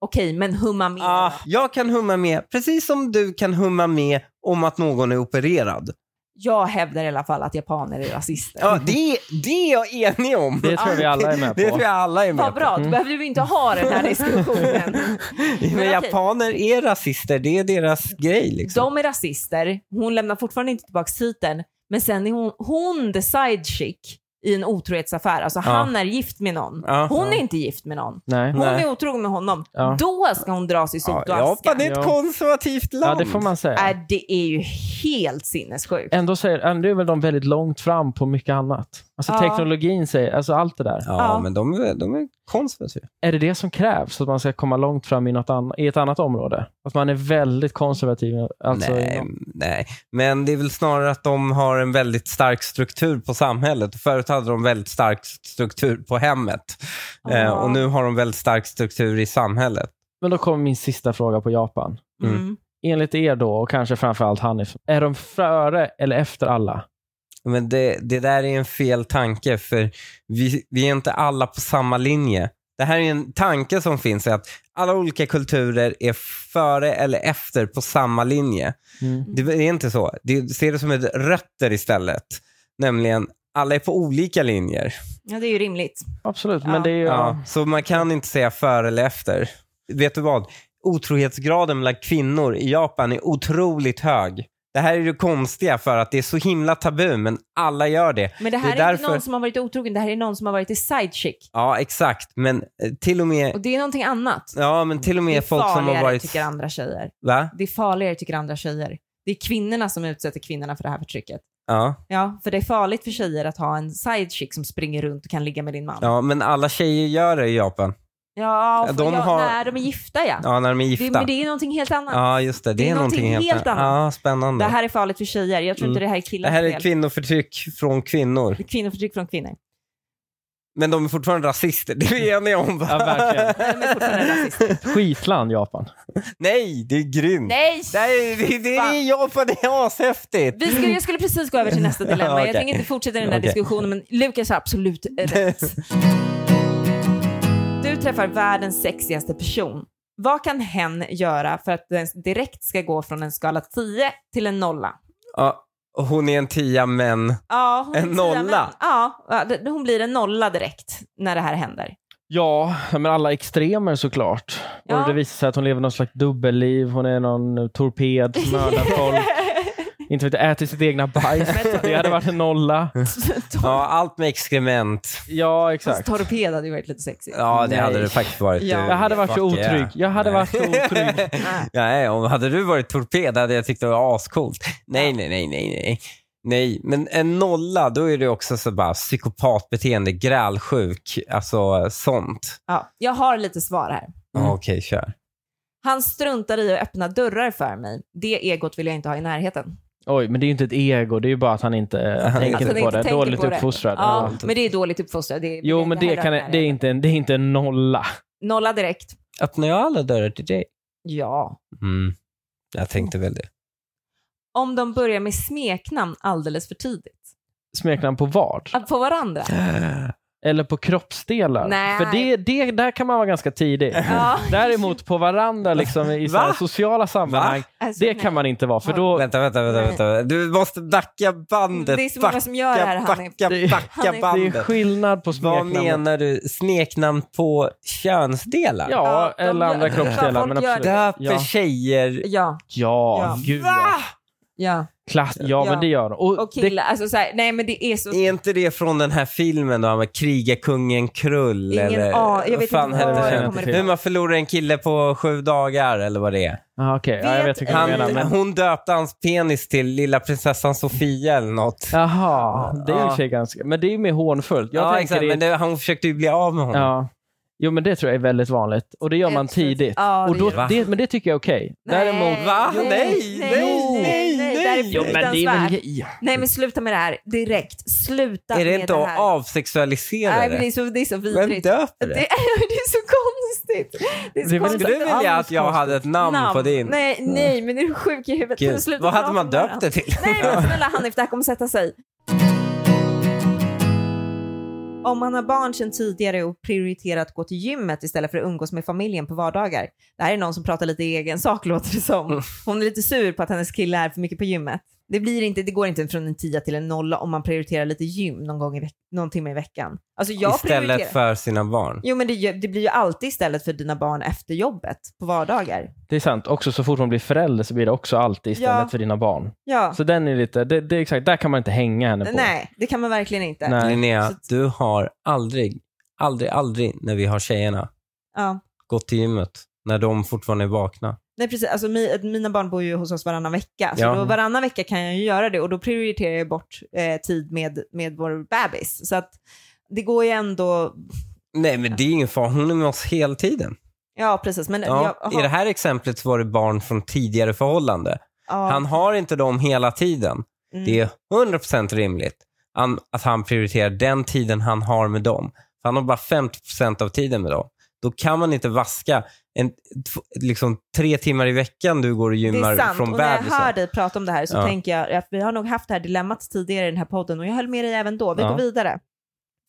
[SPEAKER 3] Okej, men humma med.
[SPEAKER 1] Ah, jag kan humma med, precis som du kan humma med om att någon är opererad.
[SPEAKER 3] Jag hävdar i alla fall att japaner är rasister.
[SPEAKER 1] Ja, det, det är jag enig om.
[SPEAKER 2] Det tror jag vi alla är med på.
[SPEAKER 1] Det tror jag alla är med
[SPEAKER 3] Vad
[SPEAKER 1] på.
[SPEAKER 3] bra, då behöver vi inte ha den här diskussionen.
[SPEAKER 1] Men,
[SPEAKER 3] okej.
[SPEAKER 1] japaner är rasister, det är deras grej. Liksom.
[SPEAKER 3] De är rasister, hon lämnar fortfarande inte tillbaka titeln, men sen är hon, hon the side chick i en otrohetsaffär. Alltså han är gift med någon.
[SPEAKER 1] Ja.
[SPEAKER 3] hon
[SPEAKER 1] Ja.
[SPEAKER 3] är inte gift med någon.
[SPEAKER 2] Nej.
[SPEAKER 3] Hon
[SPEAKER 1] Nej.
[SPEAKER 3] är otrogen med honom.
[SPEAKER 2] Ja.
[SPEAKER 3] Då ska hon dras i sot
[SPEAKER 1] Ja,
[SPEAKER 3] och aska.
[SPEAKER 1] Japan är ett
[SPEAKER 2] Ja.
[SPEAKER 1] konservativt land.
[SPEAKER 2] Ja, det får man säga.
[SPEAKER 3] Äh, det är ju helt sinnessjukt.
[SPEAKER 2] Ändå, säger, ändå är väl de väldigt långt fram på mycket annat. Alltså
[SPEAKER 3] Ja.
[SPEAKER 2] teknologin säger, alltså allt det där.
[SPEAKER 1] ja,
[SPEAKER 3] Ja.
[SPEAKER 1] men de är, de är konservativa.
[SPEAKER 2] Är det det som krävs, att man ska komma långt fram i, något anna- i ett annat område? Att man är väldigt konservativ? Alltså,
[SPEAKER 1] nej,
[SPEAKER 2] inom-
[SPEAKER 1] nej, men det är väl snarare att de har en väldigt stark struktur på samhället. Förut hade de väldigt stark struktur på hemmet eh,
[SPEAKER 3] Ja.
[SPEAKER 1] och nu har de väldigt stark struktur i samhället.
[SPEAKER 2] Men då kommer min sista fråga på Japan.
[SPEAKER 1] Mm.
[SPEAKER 3] Mm.
[SPEAKER 2] Enligt er då, och kanske framförallt Hanif, är de före eller efter alla?
[SPEAKER 1] Men det, det där är en fel tanke för vi, vi är inte alla på samma linje. Det här är en tanke som finns att alla olika kulturer är före eller efter på samma linje.
[SPEAKER 2] Mm.
[SPEAKER 1] Det är inte så. Det, ser det som ett rötter istället. Nämligen alla är på olika linjer.
[SPEAKER 3] Ja, det är ju rimligt.
[SPEAKER 2] Absolut,
[SPEAKER 3] Ja.
[SPEAKER 2] men det är ju...
[SPEAKER 1] Ja, så man kan inte säga före eller efter. Vet du vad? Otrohetsgraden bland kvinnor i Japan är otroligt hög. Det här är det konstiga för att det är så himla tabu men alla gör det.
[SPEAKER 3] Men det här är,
[SPEAKER 1] Det är
[SPEAKER 3] inte
[SPEAKER 1] därför-
[SPEAKER 3] någon som har varit otrogen, det här är någon som har varit i side chick.
[SPEAKER 1] Ja, exakt. Men eh, till och med,
[SPEAKER 3] Och det är någonting annat.
[SPEAKER 1] ja, men till och
[SPEAKER 3] Det är
[SPEAKER 1] med folk som
[SPEAKER 3] farligare,
[SPEAKER 1] har varit...
[SPEAKER 3] tycker andra tjejer.
[SPEAKER 1] Va?
[SPEAKER 3] Det är farligare, tycker andra tjejer. Det är kvinnorna som utsätter kvinnorna för det här förtrycket.
[SPEAKER 1] Ja.
[SPEAKER 3] Ja, för det är farligt för tjejer att ha en side chick som springer runt och kan ligga med din man. Ja,
[SPEAKER 1] ja, men alla tjejer gör det i Japan.
[SPEAKER 3] för
[SPEAKER 1] De
[SPEAKER 3] de
[SPEAKER 1] har-
[SPEAKER 3] när de är gifta ja.
[SPEAKER 1] Ja, när de är
[SPEAKER 3] det,
[SPEAKER 1] gifta.
[SPEAKER 3] men det är någonting helt annat.
[SPEAKER 1] Ja, just det. Det, är, någonting helt,
[SPEAKER 3] annat.
[SPEAKER 1] Ja, spännande.
[SPEAKER 3] Det här är farligt för tjejer, jag tror inte det här är
[SPEAKER 1] Mm. Det
[SPEAKER 3] killars
[SPEAKER 1] här är
[SPEAKER 3] fel.
[SPEAKER 1] kvinnoförtryck från kvinnor.
[SPEAKER 3] Kvinnoförtryck från kvinnor.
[SPEAKER 1] Men de är fortfarande rasister, det är vi eniga om va?
[SPEAKER 2] Ja, verkligen.
[SPEAKER 3] Nej, de är fortfarande rasister.
[SPEAKER 2] Skitland, Japan.
[SPEAKER 1] Nej, det är grymt.
[SPEAKER 3] Nej!
[SPEAKER 1] Det, här är, det, det är Japan, det är ashäftigt.
[SPEAKER 3] Vi skulle, jag skulle precis gå över till nästa dilemma.
[SPEAKER 1] Ja, okej.
[SPEAKER 3] Jag tänker inte fortsätta den här
[SPEAKER 1] Okej.
[SPEAKER 3] diskussionen, men Lukas har absolut rätt. Du träffar världens sexigaste person. Vad kan hen göra för att den direkt ska gå från en skala 10 till en nolla?
[SPEAKER 1] Ja, hon är en tia men
[SPEAKER 3] Ja, hon är
[SPEAKER 1] En
[SPEAKER 3] tia,
[SPEAKER 1] nolla?
[SPEAKER 3] men- Ja, ja, det- hon blir en nolla direkt när det här händer.
[SPEAKER 2] Ja, men alla extremer såklart.
[SPEAKER 3] Ja.
[SPEAKER 2] Och det visar sig att hon lever någon slags dubbelliv. Hon är någon torped som mördar folk. Inte vet jag, äter sitt egna bajs. Det hade varit en nolla.
[SPEAKER 1] ja, allt med exkrement.
[SPEAKER 2] Ja,
[SPEAKER 3] Fast
[SPEAKER 2] exakt.
[SPEAKER 3] torped hade ju varit lite sexigt.
[SPEAKER 1] Ja, det
[SPEAKER 2] Nej.
[SPEAKER 1] hade det faktiskt varit.
[SPEAKER 3] Ja.
[SPEAKER 1] Du,
[SPEAKER 2] Jag hade varit
[SPEAKER 1] fuck
[SPEAKER 2] så
[SPEAKER 1] yeah.
[SPEAKER 2] otrygg. Jag hade
[SPEAKER 1] Nej.
[SPEAKER 2] varit så otrygg.
[SPEAKER 3] Nej.
[SPEAKER 1] Nej, om hade du varit torped hade jag tyckt det var ascoolt. Nej, nej, nej, nej, nej. Nej, men en nolla, då är det också så bara psykopatbeteende, grälsjuk, alltså sånt.
[SPEAKER 3] Ja, jag har lite svar här.
[SPEAKER 1] Ja, Okej, kör.
[SPEAKER 3] Han struntar i att öppna dörrar för mig. Det egot vill jag inte ha i närheten.
[SPEAKER 2] Oj, men det är ju inte ett ego, det är ju bara att han inte eh,
[SPEAKER 1] han
[SPEAKER 2] tänker
[SPEAKER 1] inte
[SPEAKER 2] på det.
[SPEAKER 3] Alltså, tänker
[SPEAKER 2] Dåligt
[SPEAKER 3] på det.
[SPEAKER 2] uppfostrad.
[SPEAKER 3] Ja,
[SPEAKER 2] Ja.
[SPEAKER 3] men det är dåligt uppfostrat. Det,
[SPEAKER 2] Jo, men det,
[SPEAKER 3] här
[SPEAKER 2] kan,
[SPEAKER 3] rör mig
[SPEAKER 2] det, är
[SPEAKER 3] här.
[SPEAKER 2] inte en, det är inte en nolla.
[SPEAKER 3] Nolla direkt.
[SPEAKER 1] Öppnar jag alla dörrar till dig?
[SPEAKER 3] Ja.
[SPEAKER 1] Mm. Jag tänkte väl det.
[SPEAKER 3] Om de börjar med smeknamn alldeles för tidigt.
[SPEAKER 2] Smeknamn på vad?
[SPEAKER 3] Att på varandra.
[SPEAKER 2] Eller på kroppsdelar?
[SPEAKER 3] Nej.
[SPEAKER 2] För det, det, där kan man vara ganska tidig.
[SPEAKER 3] Ja.
[SPEAKER 2] Däremot på varandra liksom, i så här
[SPEAKER 1] Va?
[SPEAKER 2] sociala sammanhang,
[SPEAKER 3] Alltså,
[SPEAKER 2] det
[SPEAKER 3] nej.
[SPEAKER 2] kan man inte vara. För då,
[SPEAKER 1] Vänta, vänta, vänta,
[SPEAKER 3] Nej.
[SPEAKER 1] vänta. Du måste backa bandet.
[SPEAKER 3] Det är så många som gör det här,
[SPEAKER 1] backa,
[SPEAKER 3] Hanif.
[SPEAKER 1] backa,
[SPEAKER 2] Det-
[SPEAKER 1] backa
[SPEAKER 3] Hanif.
[SPEAKER 2] det är
[SPEAKER 1] bandet.
[SPEAKER 2] skillnad på
[SPEAKER 1] Vad
[SPEAKER 2] smeknamn.
[SPEAKER 1] menar du? Smeknamn på könsdelar?
[SPEAKER 2] Ja,
[SPEAKER 3] Ja, de
[SPEAKER 2] eller
[SPEAKER 3] gör-
[SPEAKER 2] andra
[SPEAKER 3] Ja,
[SPEAKER 2] kroppsdelar.
[SPEAKER 3] folk
[SPEAKER 2] Men
[SPEAKER 3] gör
[SPEAKER 2] absolut. Ja,
[SPEAKER 1] Döper tjejer...
[SPEAKER 3] Ja,
[SPEAKER 2] ja,
[SPEAKER 3] Ja.
[SPEAKER 2] gud ja.
[SPEAKER 3] ja.
[SPEAKER 2] Klass, ja,
[SPEAKER 3] Ja.
[SPEAKER 2] men det gör de. Och
[SPEAKER 3] Och
[SPEAKER 2] det,
[SPEAKER 3] killar. Alltså, så här, nej, men det är så...
[SPEAKER 1] Är inte det från den här filmen då, med krigarkungen Krull?
[SPEAKER 3] Ingen
[SPEAKER 1] eller,
[SPEAKER 3] an- jag vet
[SPEAKER 1] vad fan
[SPEAKER 3] inte
[SPEAKER 1] hette
[SPEAKER 2] vad jag
[SPEAKER 1] den?
[SPEAKER 2] kommer
[SPEAKER 1] Hur man förlorar en kille på sju dagar eller vad det är.
[SPEAKER 2] ah, okej, ja, jag vet
[SPEAKER 3] Vet-
[SPEAKER 2] vilka du
[SPEAKER 1] Han,
[SPEAKER 2] menar. Men,
[SPEAKER 1] Hon döpte hans penis till lilla prinsessan Sofia eller något.
[SPEAKER 2] jaha, det är i och för
[SPEAKER 1] Ja.
[SPEAKER 2] sig ganska... Men det är ju mer hånfullt. Jag
[SPEAKER 1] ja,
[SPEAKER 2] tänker
[SPEAKER 1] exakt.
[SPEAKER 2] det-
[SPEAKER 1] Men det, han försökte ju bli av med honom.
[SPEAKER 2] Ja. Jo, men det tror jag är väldigt vanligt. Och det gör man
[SPEAKER 3] Ett-
[SPEAKER 2] tidigt.
[SPEAKER 3] Alltså, Ja, det
[SPEAKER 2] och då,
[SPEAKER 1] gör man.
[SPEAKER 2] det, men det tycker jag är okej. Däremot...
[SPEAKER 1] Va? Nej,
[SPEAKER 3] nej, nej, nej. Det här är
[SPEAKER 1] Jo, men
[SPEAKER 2] det är
[SPEAKER 3] fruktansvärt.
[SPEAKER 2] väl... ja.
[SPEAKER 3] Nej men sluta med det här direkt. Sluta
[SPEAKER 1] Är det
[SPEAKER 3] med
[SPEAKER 1] inte
[SPEAKER 3] det
[SPEAKER 1] att
[SPEAKER 3] här.
[SPEAKER 1] avsexualisera
[SPEAKER 3] Nej, men det
[SPEAKER 1] det?
[SPEAKER 3] är så, det är så
[SPEAKER 1] Vem
[SPEAKER 3] vidrigt.
[SPEAKER 1] döper
[SPEAKER 3] Det,
[SPEAKER 1] det?
[SPEAKER 3] det är så konstigt. Det är så
[SPEAKER 2] Det är väl
[SPEAKER 1] Skulle du
[SPEAKER 3] konstigt.
[SPEAKER 2] inte
[SPEAKER 1] vilja
[SPEAKER 2] alls
[SPEAKER 1] att jag
[SPEAKER 2] konstigt.
[SPEAKER 1] hade ett namn, på din?
[SPEAKER 3] Nej, nej, men är du sjuk i huvudet? Kan du
[SPEAKER 1] Gud.
[SPEAKER 3] sluta
[SPEAKER 1] Vad hade
[SPEAKER 3] prata
[SPEAKER 1] man
[SPEAKER 3] om
[SPEAKER 1] döpt
[SPEAKER 3] varandra?
[SPEAKER 1] det till?
[SPEAKER 3] Nej, men alltså, snälla Hanif, det här kommer sätta sig. Om man har barn sedan tidigare och prioriterar att gå till gymmet istället för att umgås med familjen på vardagar. Det här är någon som pratar lite i egen sak låter det som. Hon är lite sur på att hennes kille är för mycket på gymmet. Det, blir inte, det går inte från en tia till en nolla om man prioriterar lite gym någon, gång i veck- någon timme i veckan. Alltså jag prioriterar.
[SPEAKER 1] Istället för sina barn.
[SPEAKER 3] Jo men det, gör- det blir ju alltid istället för dina barn efter jobbet på vardagar.
[SPEAKER 2] Det är sant. Också så fort man blir förälder så blir det också alltid istället
[SPEAKER 3] Ja.
[SPEAKER 2] för dina barn.
[SPEAKER 3] Ja.
[SPEAKER 2] Så den är lite... Det, det är exakt. Där kan man inte hänga henne på.
[SPEAKER 3] Nej, det kan man verkligen inte.
[SPEAKER 2] Nej.
[SPEAKER 1] Linnea,
[SPEAKER 3] Så-
[SPEAKER 1] du har aldrig, aldrig, aldrig när vi har tjejerna
[SPEAKER 3] Ja.
[SPEAKER 1] gått till gymmet när de fortfarande är vakna.
[SPEAKER 3] Nej precis, alltså, mi, mina barn bor ju hos oss varannan vecka. Så
[SPEAKER 1] Ja.
[SPEAKER 3] då, varannan vecka kan jag ju göra det och då prioriterar jag bort eh, tid med, med vår bebis. Så att det går ju ändå,
[SPEAKER 1] Nej, men det är ingen fara. Hon är med oss hela tiden.
[SPEAKER 3] ja precis. Men
[SPEAKER 1] Ja,
[SPEAKER 3] jag,
[SPEAKER 1] I det här exemplet så var det barn från tidigare förhållande.
[SPEAKER 3] ja,
[SPEAKER 1] Han har inte dem hela tiden.
[SPEAKER 3] mm.
[SPEAKER 1] Det är 100% rimligt an- att han prioriterar den tiden han har med dem. För han har bara 50% av tiden med dem. Då kan man inte vaska en, tf- liksom tre timmar i veckan du går och
[SPEAKER 3] Det är
[SPEAKER 1] gymmar
[SPEAKER 3] sant,
[SPEAKER 1] från
[SPEAKER 3] och när jag
[SPEAKER 1] bebisen.
[SPEAKER 3] hör dig prata om det här så
[SPEAKER 1] Ja.
[SPEAKER 3] tänker jag att vi har nog haft det här dilemmat tidigare i den här podden och jag höll med dig även då. Vi
[SPEAKER 1] Ja.
[SPEAKER 3] går vidare.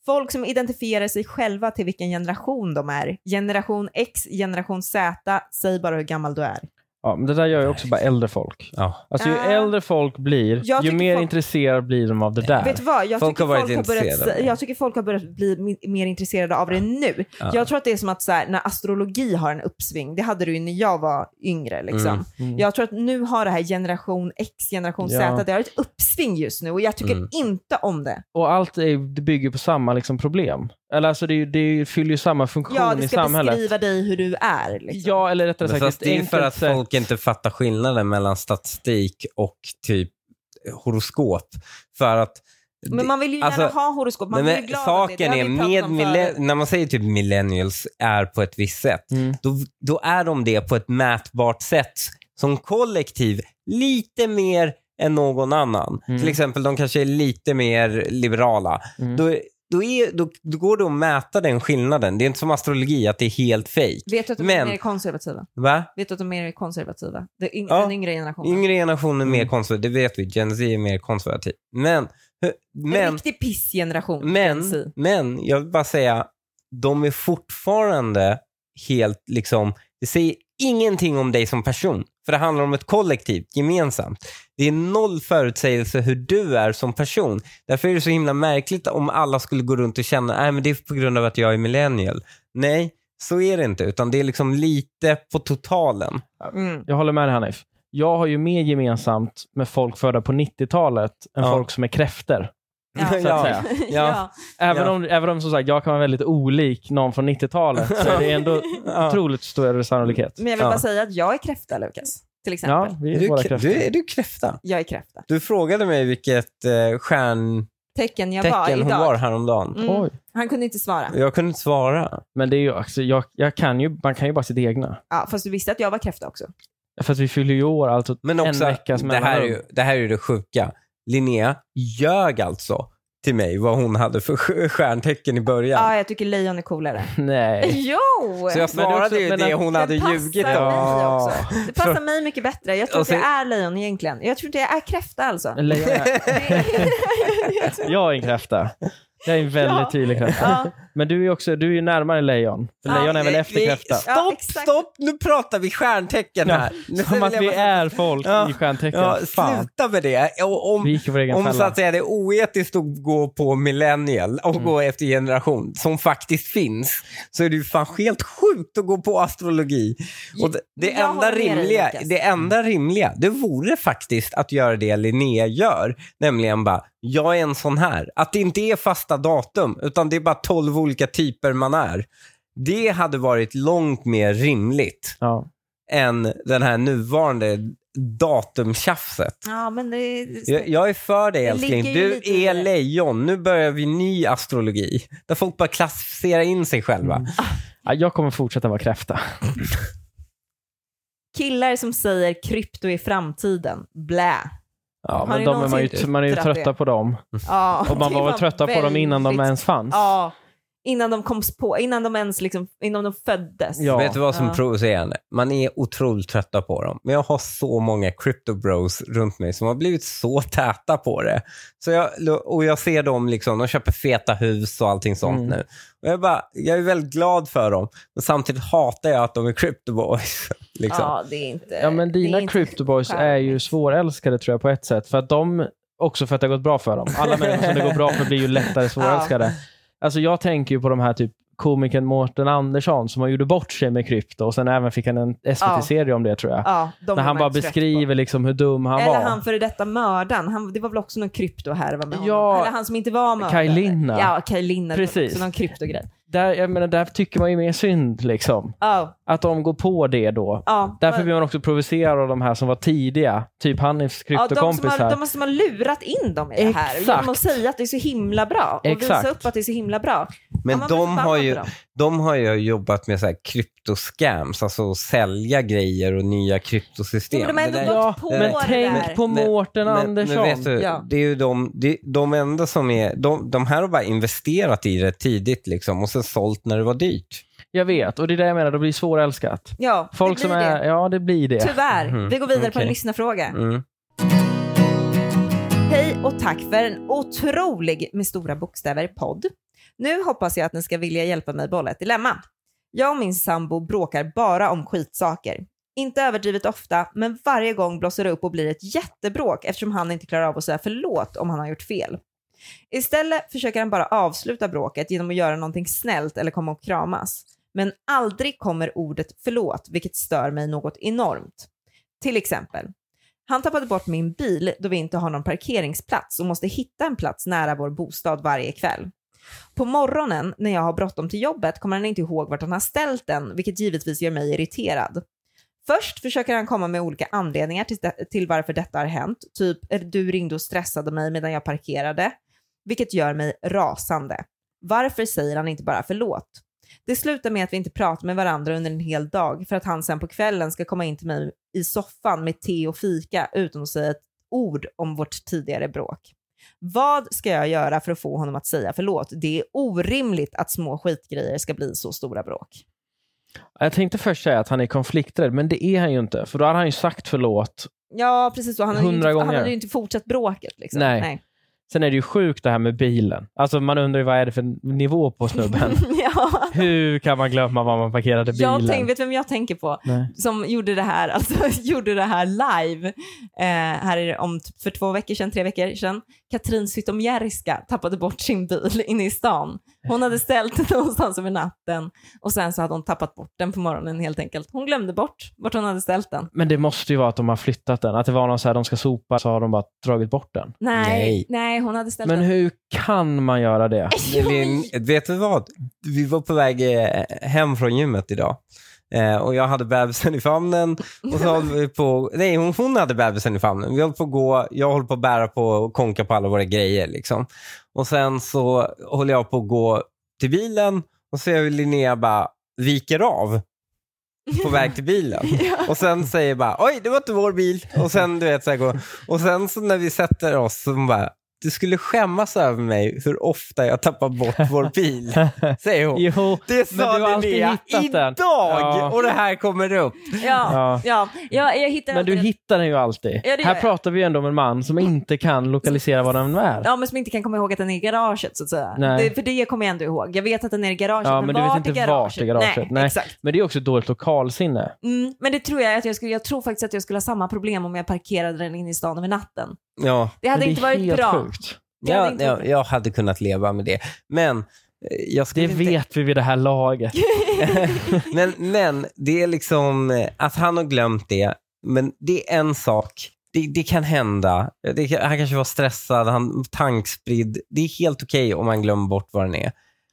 [SPEAKER 3] Folk som identifierar sig själva till vilken generation de är. Generation X, generation Z, säg bara hur gammal du är.
[SPEAKER 2] Ja, men det där gör ju också bara äldre folk.
[SPEAKER 1] Ja.
[SPEAKER 2] Alltså ju
[SPEAKER 3] Ah.
[SPEAKER 2] äldre folk blir,
[SPEAKER 3] Jag
[SPEAKER 2] ju
[SPEAKER 3] tycker
[SPEAKER 2] mer
[SPEAKER 3] folk-
[SPEAKER 2] intresserade blir de av det där.
[SPEAKER 3] Vet du vad? Jag,
[SPEAKER 1] Folk
[SPEAKER 3] tycker,
[SPEAKER 1] har varit
[SPEAKER 3] folk har börjat,
[SPEAKER 1] intresserade.
[SPEAKER 3] jag tycker folk har börjat bli mi- mer intresserade av det nu.
[SPEAKER 1] Ja.
[SPEAKER 3] Jag tror att det är som att så här, när astrologi har en uppsving, det hade du ju när jag var yngre. Liksom.
[SPEAKER 1] Mm.
[SPEAKER 2] Mm.
[SPEAKER 3] Jag tror att nu har det här generation X, generation
[SPEAKER 2] Ja.
[SPEAKER 3] Z, det har ett uppsving just nu och jag tycker
[SPEAKER 1] Mm.
[SPEAKER 3] inte om det.
[SPEAKER 2] Och allt är, det bygger på samma liksom, problem. Eller alltså det, är ju- det fyller ju samma funktion
[SPEAKER 3] Ja,
[SPEAKER 2] i
[SPEAKER 3] det ska
[SPEAKER 2] samhället.
[SPEAKER 3] beskriva dig hur du är. Liksom.
[SPEAKER 2] Ja, eller rättare
[SPEAKER 1] Men
[SPEAKER 2] sagt,
[SPEAKER 1] fast
[SPEAKER 2] ett
[SPEAKER 1] det är för
[SPEAKER 2] enkelt
[SPEAKER 1] att
[SPEAKER 2] sätt-
[SPEAKER 1] folk inte fattar skillnaden mellan statistik och typ horoskop. För att
[SPEAKER 3] Men man vill ju gärna
[SPEAKER 1] alltså,
[SPEAKER 3] ha horoskop. Man
[SPEAKER 1] Nej,
[SPEAKER 3] blir ju glad av det.
[SPEAKER 1] saken
[SPEAKER 3] det
[SPEAKER 1] är,
[SPEAKER 3] har vi pratat
[SPEAKER 1] med
[SPEAKER 3] om
[SPEAKER 1] mille-
[SPEAKER 3] förut.
[SPEAKER 1] när man säger typ millennials är på ett visst sätt,
[SPEAKER 2] Mm.
[SPEAKER 1] då, då är de det på ett mätbart sätt som kollektiv lite mer än någon annan.
[SPEAKER 2] Mm.
[SPEAKER 1] Till exempel, de kanske är lite mer liberala.
[SPEAKER 2] Mm.
[SPEAKER 1] Då, då, är, då, då går det att mäta den skillnaden. Det är inte som astrologi, att det är helt fejk.
[SPEAKER 3] Vet du att de är
[SPEAKER 1] Men-
[SPEAKER 3] mer konservativa?
[SPEAKER 1] Va?
[SPEAKER 3] Vet du att de är mer konservativa? Det är yng-
[SPEAKER 1] Ja.
[SPEAKER 3] Den yngre generationen.
[SPEAKER 1] Yngre generationen är mer
[SPEAKER 2] Mm.
[SPEAKER 1] konservativ, det vet vi. Gen Z är mer konservativ. Men,
[SPEAKER 3] en
[SPEAKER 1] men,
[SPEAKER 3] riktig pissgeneration.
[SPEAKER 1] men,
[SPEAKER 3] Gen Z.
[SPEAKER 1] men jag vill bara säga, de är fortfarande helt liksom, det säger ingenting om dig som person. För det handlar om ett kollektiv, gemensamt. Det är noll förutsägelse hur du är som person. Därför är det så himla märkligt om alla skulle gå runt och känna, nej men det är på grund av att jag är millennial. Nej, så är det inte. Utan det är liksom lite på totalen.
[SPEAKER 3] Mm.
[SPEAKER 2] Jag håller med dig Hanif. Jag har ju mer gemensamt med folk födda på 90-talet än
[SPEAKER 1] Ja.
[SPEAKER 2] folk som är kräfter.
[SPEAKER 3] Ja.
[SPEAKER 2] Så att säga.
[SPEAKER 3] Ja.
[SPEAKER 1] Ja.
[SPEAKER 2] Även,
[SPEAKER 1] Ja.
[SPEAKER 2] om, även om som sagt, jag kan vara väldigt olik någon från 90-talet så är det ändå
[SPEAKER 1] Ja.
[SPEAKER 2] otroligt stor sannolikhet.
[SPEAKER 3] Men jag vill
[SPEAKER 1] Ja.
[SPEAKER 3] bara säga att jag är kräfta, Lukas. till exempel.
[SPEAKER 2] Ja, vi
[SPEAKER 1] Är
[SPEAKER 2] är båda
[SPEAKER 1] du,
[SPEAKER 2] kräftor.
[SPEAKER 1] du, är du kräfta?
[SPEAKER 3] Jag är kräfta.
[SPEAKER 1] Du frågade mig vilket eh,
[SPEAKER 3] Tecken jag var
[SPEAKER 1] stjärntecken
[SPEAKER 3] idag.
[SPEAKER 1] hon var häromdagen.
[SPEAKER 3] Mm.
[SPEAKER 2] Oj.
[SPEAKER 3] Han kunde inte svara.
[SPEAKER 1] Jag kunde inte svara.
[SPEAKER 2] Men det är ju, alltså, jag, jag kan ju, man kan ju bara sitt egna.
[SPEAKER 3] Ja, fast du visste att jag var kräfta också.
[SPEAKER 2] För att vi fyller ju år alltså
[SPEAKER 1] Men också,
[SPEAKER 2] en veckas
[SPEAKER 1] det här, är
[SPEAKER 2] mellanrum.
[SPEAKER 1] ju, det här är ju det sjuka. Linnea ljög alltså till mig vad hon hade för sk- stjärntecken i
[SPEAKER 3] Ja,
[SPEAKER 1] början.
[SPEAKER 3] jag tycker lejon är coolare.
[SPEAKER 2] Nej.
[SPEAKER 3] jo!
[SPEAKER 1] Så jag
[SPEAKER 2] Men det är
[SPEAKER 1] svarade
[SPEAKER 2] också-
[SPEAKER 1] ju
[SPEAKER 2] men
[SPEAKER 1] det
[SPEAKER 2] att-
[SPEAKER 1] hon
[SPEAKER 3] Den
[SPEAKER 1] hade
[SPEAKER 3] passar
[SPEAKER 1] ljugit
[SPEAKER 3] mig
[SPEAKER 1] om.
[SPEAKER 3] också. Det passar
[SPEAKER 1] För-
[SPEAKER 3] mig mycket bättre. Jag tror
[SPEAKER 1] Och
[SPEAKER 3] inte jag
[SPEAKER 1] sen-
[SPEAKER 3] är lejon egentligen. Jag tror inte jag är kräfta alltså.
[SPEAKER 2] Lejon är-
[SPEAKER 3] Det-
[SPEAKER 2] Jag är en kräfta. Jag är en väldigt
[SPEAKER 3] Ja.
[SPEAKER 2] tydlig kräfta.
[SPEAKER 3] ja.
[SPEAKER 2] Men du är ju också, du är ju närmare lejon. För
[SPEAKER 3] Ja,
[SPEAKER 2] lejon är väl
[SPEAKER 1] vi-
[SPEAKER 2] efter
[SPEAKER 1] vi-
[SPEAKER 2] kräfta?
[SPEAKER 3] Ja,
[SPEAKER 1] Stopp,
[SPEAKER 3] exakt.
[SPEAKER 1] stopp! Nu pratar vi stjärntecken
[SPEAKER 2] Ja,
[SPEAKER 1] här. Nu
[SPEAKER 2] Som
[SPEAKER 1] vill
[SPEAKER 2] att
[SPEAKER 1] jag
[SPEAKER 2] vi
[SPEAKER 1] bara-
[SPEAKER 2] är folk
[SPEAKER 1] Ja.
[SPEAKER 2] i stjärntecken.
[SPEAKER 1] Ja,
[SPEAKER 2] Fan.
[SPEAKER 1] sluta med det. Och Om,
[SPEAKER 2] Vi gick i vår egen
[SPEAKER 1] Om så
[SPEAKER 2] fälla.
[SPEAKER 1] att säga, det är oetiskt att gå på millennial och gå efter generation som faktiskt finns så är det ju fan helt sjukt att gå på astrologi. Och det, det,
[SPEAKER 3] Jag
[SPEAKER 1] enda
[SPEAKER 3] håller med dig,
[SPEAKER 1] rimliga,
[SPEAKER 3] Lukas.
[SPEAKER 1] det enda rimliga det vore faktiskt att göra det Linnea gör, nämligen bara jag är en sån här. Att det inte är fasta datum utan det är bara tolv olika typer man är. Det hade varit långt mer rimligt
[SPEAKER 2] Ja.
[SPEAKER 1] än den här nuvarande datumtjafset.
[SPEAKER 3] ja, men det...
[SPEAKER 1] Jag, jag är för dig
[SPEAKER 3] Det
[SPEAKER 1] älskling.
[SPEAKER 3] ligger ju
[SPEAKER 1] Du
[SPEAKER 3] lite i
[SPEAKER 1] är
[SPEAKER 3] det.
[SPEAKER 1] lejon. Nu börjar vi ny astrologi. Där folk bara klassificerar in sig själva.
[SPEAKER 2] Mm. Ja, jag kommer fortsätta vara kräfta.
[SPEAKER 3] Killar som säger krypto i framtiden, blä.
[SPEAKER 2] Ja,
[SPEAKER 3] Har
[SPEAKER 2] men
[SPEAKER 3] ni
[SPEAKER 2] de är man, ju,
[SPEAKER 3] någonsin
[SPEAKER 2] man är ju
[SPEAKER 3] yttrat det?
[SPEAKER 2] trötta på dem.
[SPEAKER 3] Ja,
[SPEAKER 2] Och man
[SPEAKER 3] det
[SPEAKER 2] var väl trötta på dem innan de
[SPEAKER 3] väldigt-
[SPEAKER 2] ens fanns.
[SPEAKER 3] Ja, innan de kom på, innan de ens liksom, innan de föddes.
[SPEAKER 2] Ja.
[SPEAKER 1] Vet du vad som
[SPEAKER 3] Ja.
[SPEAKER 1] är provocerande? Man är otroligt trötta på dem. Men jag har så många crypto bros runt mig som har blivit så täta på det. Så jag, och jag ser dem liksom, de köper feta hus och allting sånt
[SPEAKER 2] Mm.
[SPEAKER 1] nu. Och jag, bara, jag är väldigt glad för dem. Men samtidigt hatar jag att de är crypto boys. Liksom.
[SPEAKER 3] Ja, det är inte...
[SPEAKER 2] Ja, men
[SPEAKER 3] eh, det är
[SPEAKER 2] dina
[SPEAKER 3] inte-
[SPEAKER 2] cryptoboys är ju svårälskade tror jag på ett sätt. För att de, också för att det har gått bra för dem. Alla människor som det går bra för blir ju lättare svårälskade. Alltså jag tänker ju på de här typ komikern Mårten Andersson som har gjort bort sig med krypto och sen även fick han en SVT-serie om det tror jag.
[SPEAKER 3] Ja, de
[SPEAKER 2] När
[SPEAKER 3] är
[SPEAKER 2] han
[SPEAKER 3] man
[SPEAKER 2] bara
[SPEAKER 3] trött på.
[SPEAKER 2] beskriver liksom hur dum han var.
[SPEAKER 3] Eller han före detta mördaren. Han, det var väl också någon kryptohärva med honom?
[SPEAKER 2] Ja.
[SPEAKER 3] Eller han som inte var mördare.
[SPEAKER 2] Kaj Linna.
[SPEAKER 3] Ja, Kaj Linna.
[SPEAKER 2] Precis.
[SPEAKER 3] Så någon kryptogrej.
[SPEAKER 2] Där, jag menar, där tycker man ju mer synd liksom.
[SPEAKER 3] Ja,
[SPEAKER 2] Att de går på det då.
[SPEAKER 3] ja.
[SPEAKER 2] Därför
[SPEAKER 3] Men-
[SPEAKER 2] blir man också provocerad av de här som var tidiga. Typ Hanifs
[SPEAKER 3] ja, de, som
[SPEAKER 2] kryptokompisar.
[SPEAKER 3] har, de som har lurat in dem i det här
[SPEAKER 2] Exakt.
[SPEAKER 3] genom att säga att det är så himla bra och
[SPEAKER 2] Exakt.
[SPEAKER 3] visa upp att det är så himla bra.
[SPEAKER 1] Men
[SPEAKER 3] Ja, man blir
[SPEAKER 1] de
[SPEAKER 3] förbannad
[SPEAKER 1] har
[SPEAKER 3] på
[SPEAKER 1] ju...
[SPEAKER 3] dem.
[SPEAKER 1] De har ju jobbat med så här kryptoscams, alltså att sälja grejer och nya kryptosystem.
[SPEAKER 3] Jo, men de har ändå
[SPEAKER 1] Det där-
[SPEAKER 3] gått
[SPEAKER 2] Ja,
[SPEAKER 3] på
[SPEAKER 2] men
[SPEAKER 1] det
[SPEAKER 2] tänk
[SPEAKER 3] där.
[SPEAKER 2] på
[SPEAKER 1] Men-
[SPEAKER 2] Mårten Andersson.
[SPEAKER 1] Men vet du,
[SPEAKER 3] Ja.
[SPEAKER 1] det är ju de, det, de enda som är... De, de här har bara investerat i det tidigt liksom och sen sålt när det var dyrt.
[SPEAKER 2] Jag vet, och det är det jag menar, det blir svårälskat.
[SPEAKER 3] Ja,
[SPEAKER 2] Folk
[SPEAKER 3] det
[SPEAKER 2] som
[SPEAKER 3] blir
[SPEAKER 2] är,
[SPEAKER 3] det.
[SPEAKER 2] ja Mm. det blir det.
[SPEAKER 3] Tyvärr.
[SPEAKER 1] Mhm,
[SPEAKER 3] Vi går vidare på en
[SPEAKER 1] okej.
[SPEAKER 3] lyssnarfråga.
[SPEAKER 1] Mm.
[SPEAKER 3] Hej och tack för en otrolig med stora bokstäver podd. Nu hoppas jag att ni ska vilja hjälpa mig bolla ett dilemma. Jag och min sambo bråkar bara om skitsaker. Inte överdrivet ofta, men varje gång blossar det upp och blir ett jättebråk eftersom han inte klarar av att säga förlåt om han har gjort fel. Istället försöker han bara avsluta bråket genom att göra någonting snällt eller komma och kramas. Men aldrig kommer ordet förlåt, vilket stör mig något enormt. Till exempel, han tappade bort min bil då vi inte har någon parkeringsplats och måste hitta en plats nära vår bostad varje kväll. På morgonen när jag har bråttom till jobbet kommer han inte ihåg vart han har ställt den, vilket givetvis gör mig irriterad. Först försöker han komma med olika anledningar till, till varför detta har hänt, typ du ringde och stressade mig medan jag parkerade, vilket gör mig rasande. Varför säger han inte bara förlåt? Det slutar med att vi inte pratar med varandra under en hel dag för att han sen på kvällen ska komma in till mig i soffan med te och fika utan att säga ett ord om vårt tidigare bråk. Vad ska jag göra för att få honom att säga förlåt? Det är orimligt att små skitgrejer ska bli så stora bråk.
[SPEAKER 2] Jag tänkte först säga att han är konflikträdd, men det är han ju inte. För då hade han ju sagt förlåt.
[SPEAKER 3] Ja, precis så. Han hade, ju inte,
[SPEAKER 2] Hundra
[SPEAKER 3] han
[SPEAKER 2] gånger.
[SPEAKER 3] hade ju inte fortsatt bråket. Liksom.
[SPEAKER 2] Nej. Sen är det ju sjukt det här med bilen. Alltså man undrar ju vad är det för nivå på snubben?
[SPEAKER 3] ja.
[SPEAKER 2] Hur kan man glömma var man parkerade bilen?
[SPEAKER 3] jag tänk, vet du vem jag tänker på?
[SPEAKER 2] Nej.
[SPEAKER 3] Som gjorde det här, alltså, gjorde det här live eh, här är det om, typ för två veckor sedan, tre veckor sedan. Katrin Zytomierska tappade bort sin bil inne i stan. Hon hade ställt den någonstans över natten och sen så hade hon tappat bort den på morgonen helt enkelt. Hon glömde bort vart hon hade ställt den.
[SPEAKER 2] Men det måste ju vara att de har flyttat den. Att det var någon så här, de ska sopa, så har de bara dragit bort den.
[SPEAKER 3] Nej, nej,
[SPEAKER 1] Nej.
[SPEAKER 3] hon hade ställt
[SPEAKER 2] Men
[SPEAKER 3] den.
[SPEAKER 2] hur kan man göra det?
[SPEAKER 1] Lin, vet du vad? Vi var på väg eh, hem från gymmet idag. Eh, och jag hade bebisen i famnen. Och så höll vi på, nej, hon, hon hade bebisen i famnen. Vi höll på att gå, jag håller på att bära på och konka på alla våra grejer. Liksom. Och sen så håller jag på att gå till bilen och ser hur Linnea bara viker av på väg till bilen. Och sen säger bara oj, det var inte vår bil. Och sen du vet så här går. Och sen så när vi sätter oss så hon bara du skulle skämmas över mig hur ofta jag tappar bort vår bil, säger hon.
[SPEAKER 2] Jo,
[SPEAKER 1] Det
[SPEAKER 2] Men du har
[SPEAKER 1] sa
[SPEAKER 2] alltid
[SPEAKER 1] Linnea
[SPEAKER 2] hittat den.
[SPEAKER 1] idag
[SPEAKER 2] Ja.
[SPEAKER 1] och det här kommer upp.
[SPEAKER 3] Ja,
[SPEAKER 2] ja.
[SPEAKER 3] ja. ja jag hittar
[SPEAKER 2] Men du
[SPEAKER 3] alltid-
[SPEAKER 2] hittar den ju alltid.
[SPEAKER 3] Ja, det gör
[SPEAKER 2] Här
[SPEAKER 3] jag.
[SPEAKER 2] pratar vi ju ändå om en man som inte kan lokalisera var den är.
[SPEAKER 3] Ja, men som inte kan komma ihåg att den är i garaget så att säga.
[SPEAKER 2] Nej.
[SPEAKER 3] Det, för det kommer jag ändå ihåg. Jag vet att den är i garaget,
[SPEAKER 2] Ja, men du vet
[SPEAKER 3] vart i
[SPEAKER 2] inte vart i garaget.
[SPEAKER 3] Nej,
[SPEAKER 2] Nej.
[SPEAKER 3] exakt.
[SPEAKER 2] Men det är också ett dåligt lokalsinne.
[SPEAKER 3] Mm, men det tror jag att jag skulle, jag tror faktiskt att jag skulle ha samma problem om jag parkerade den inne i stan över natten.
[SPEAKER 1] Ja,
[SPEAKER 3] Det hade
[SPEAKER 2] Men det
[SPEAKER 3] inte
[SPEAKER 2] är
[SPEAKER 3] varit
[SPEAKER 2] helt
[SPEAKER 3] bra.
[SPEAKER 2] Sjukt.
[SPEAKER 3] Det hade
[SPEAKER 1] jag,
[SPEAKER 3] inte varit
[SPEAKER 1] jag, jag hade kunnat leva med det. Men eh, jag
[SPEAKER 2] Det
[SPEAKER 1] skulle inte
[SPEAKER 2] vet vi vid det här laget.
[SPEAKER 1] men, men det är liksom eh, att han har glömt det. Men det är en sak. Det, det kan hända. Det, kan- han kanske var stressad, han tankspridd. Det är helt okej om han glömmer bort vad den är.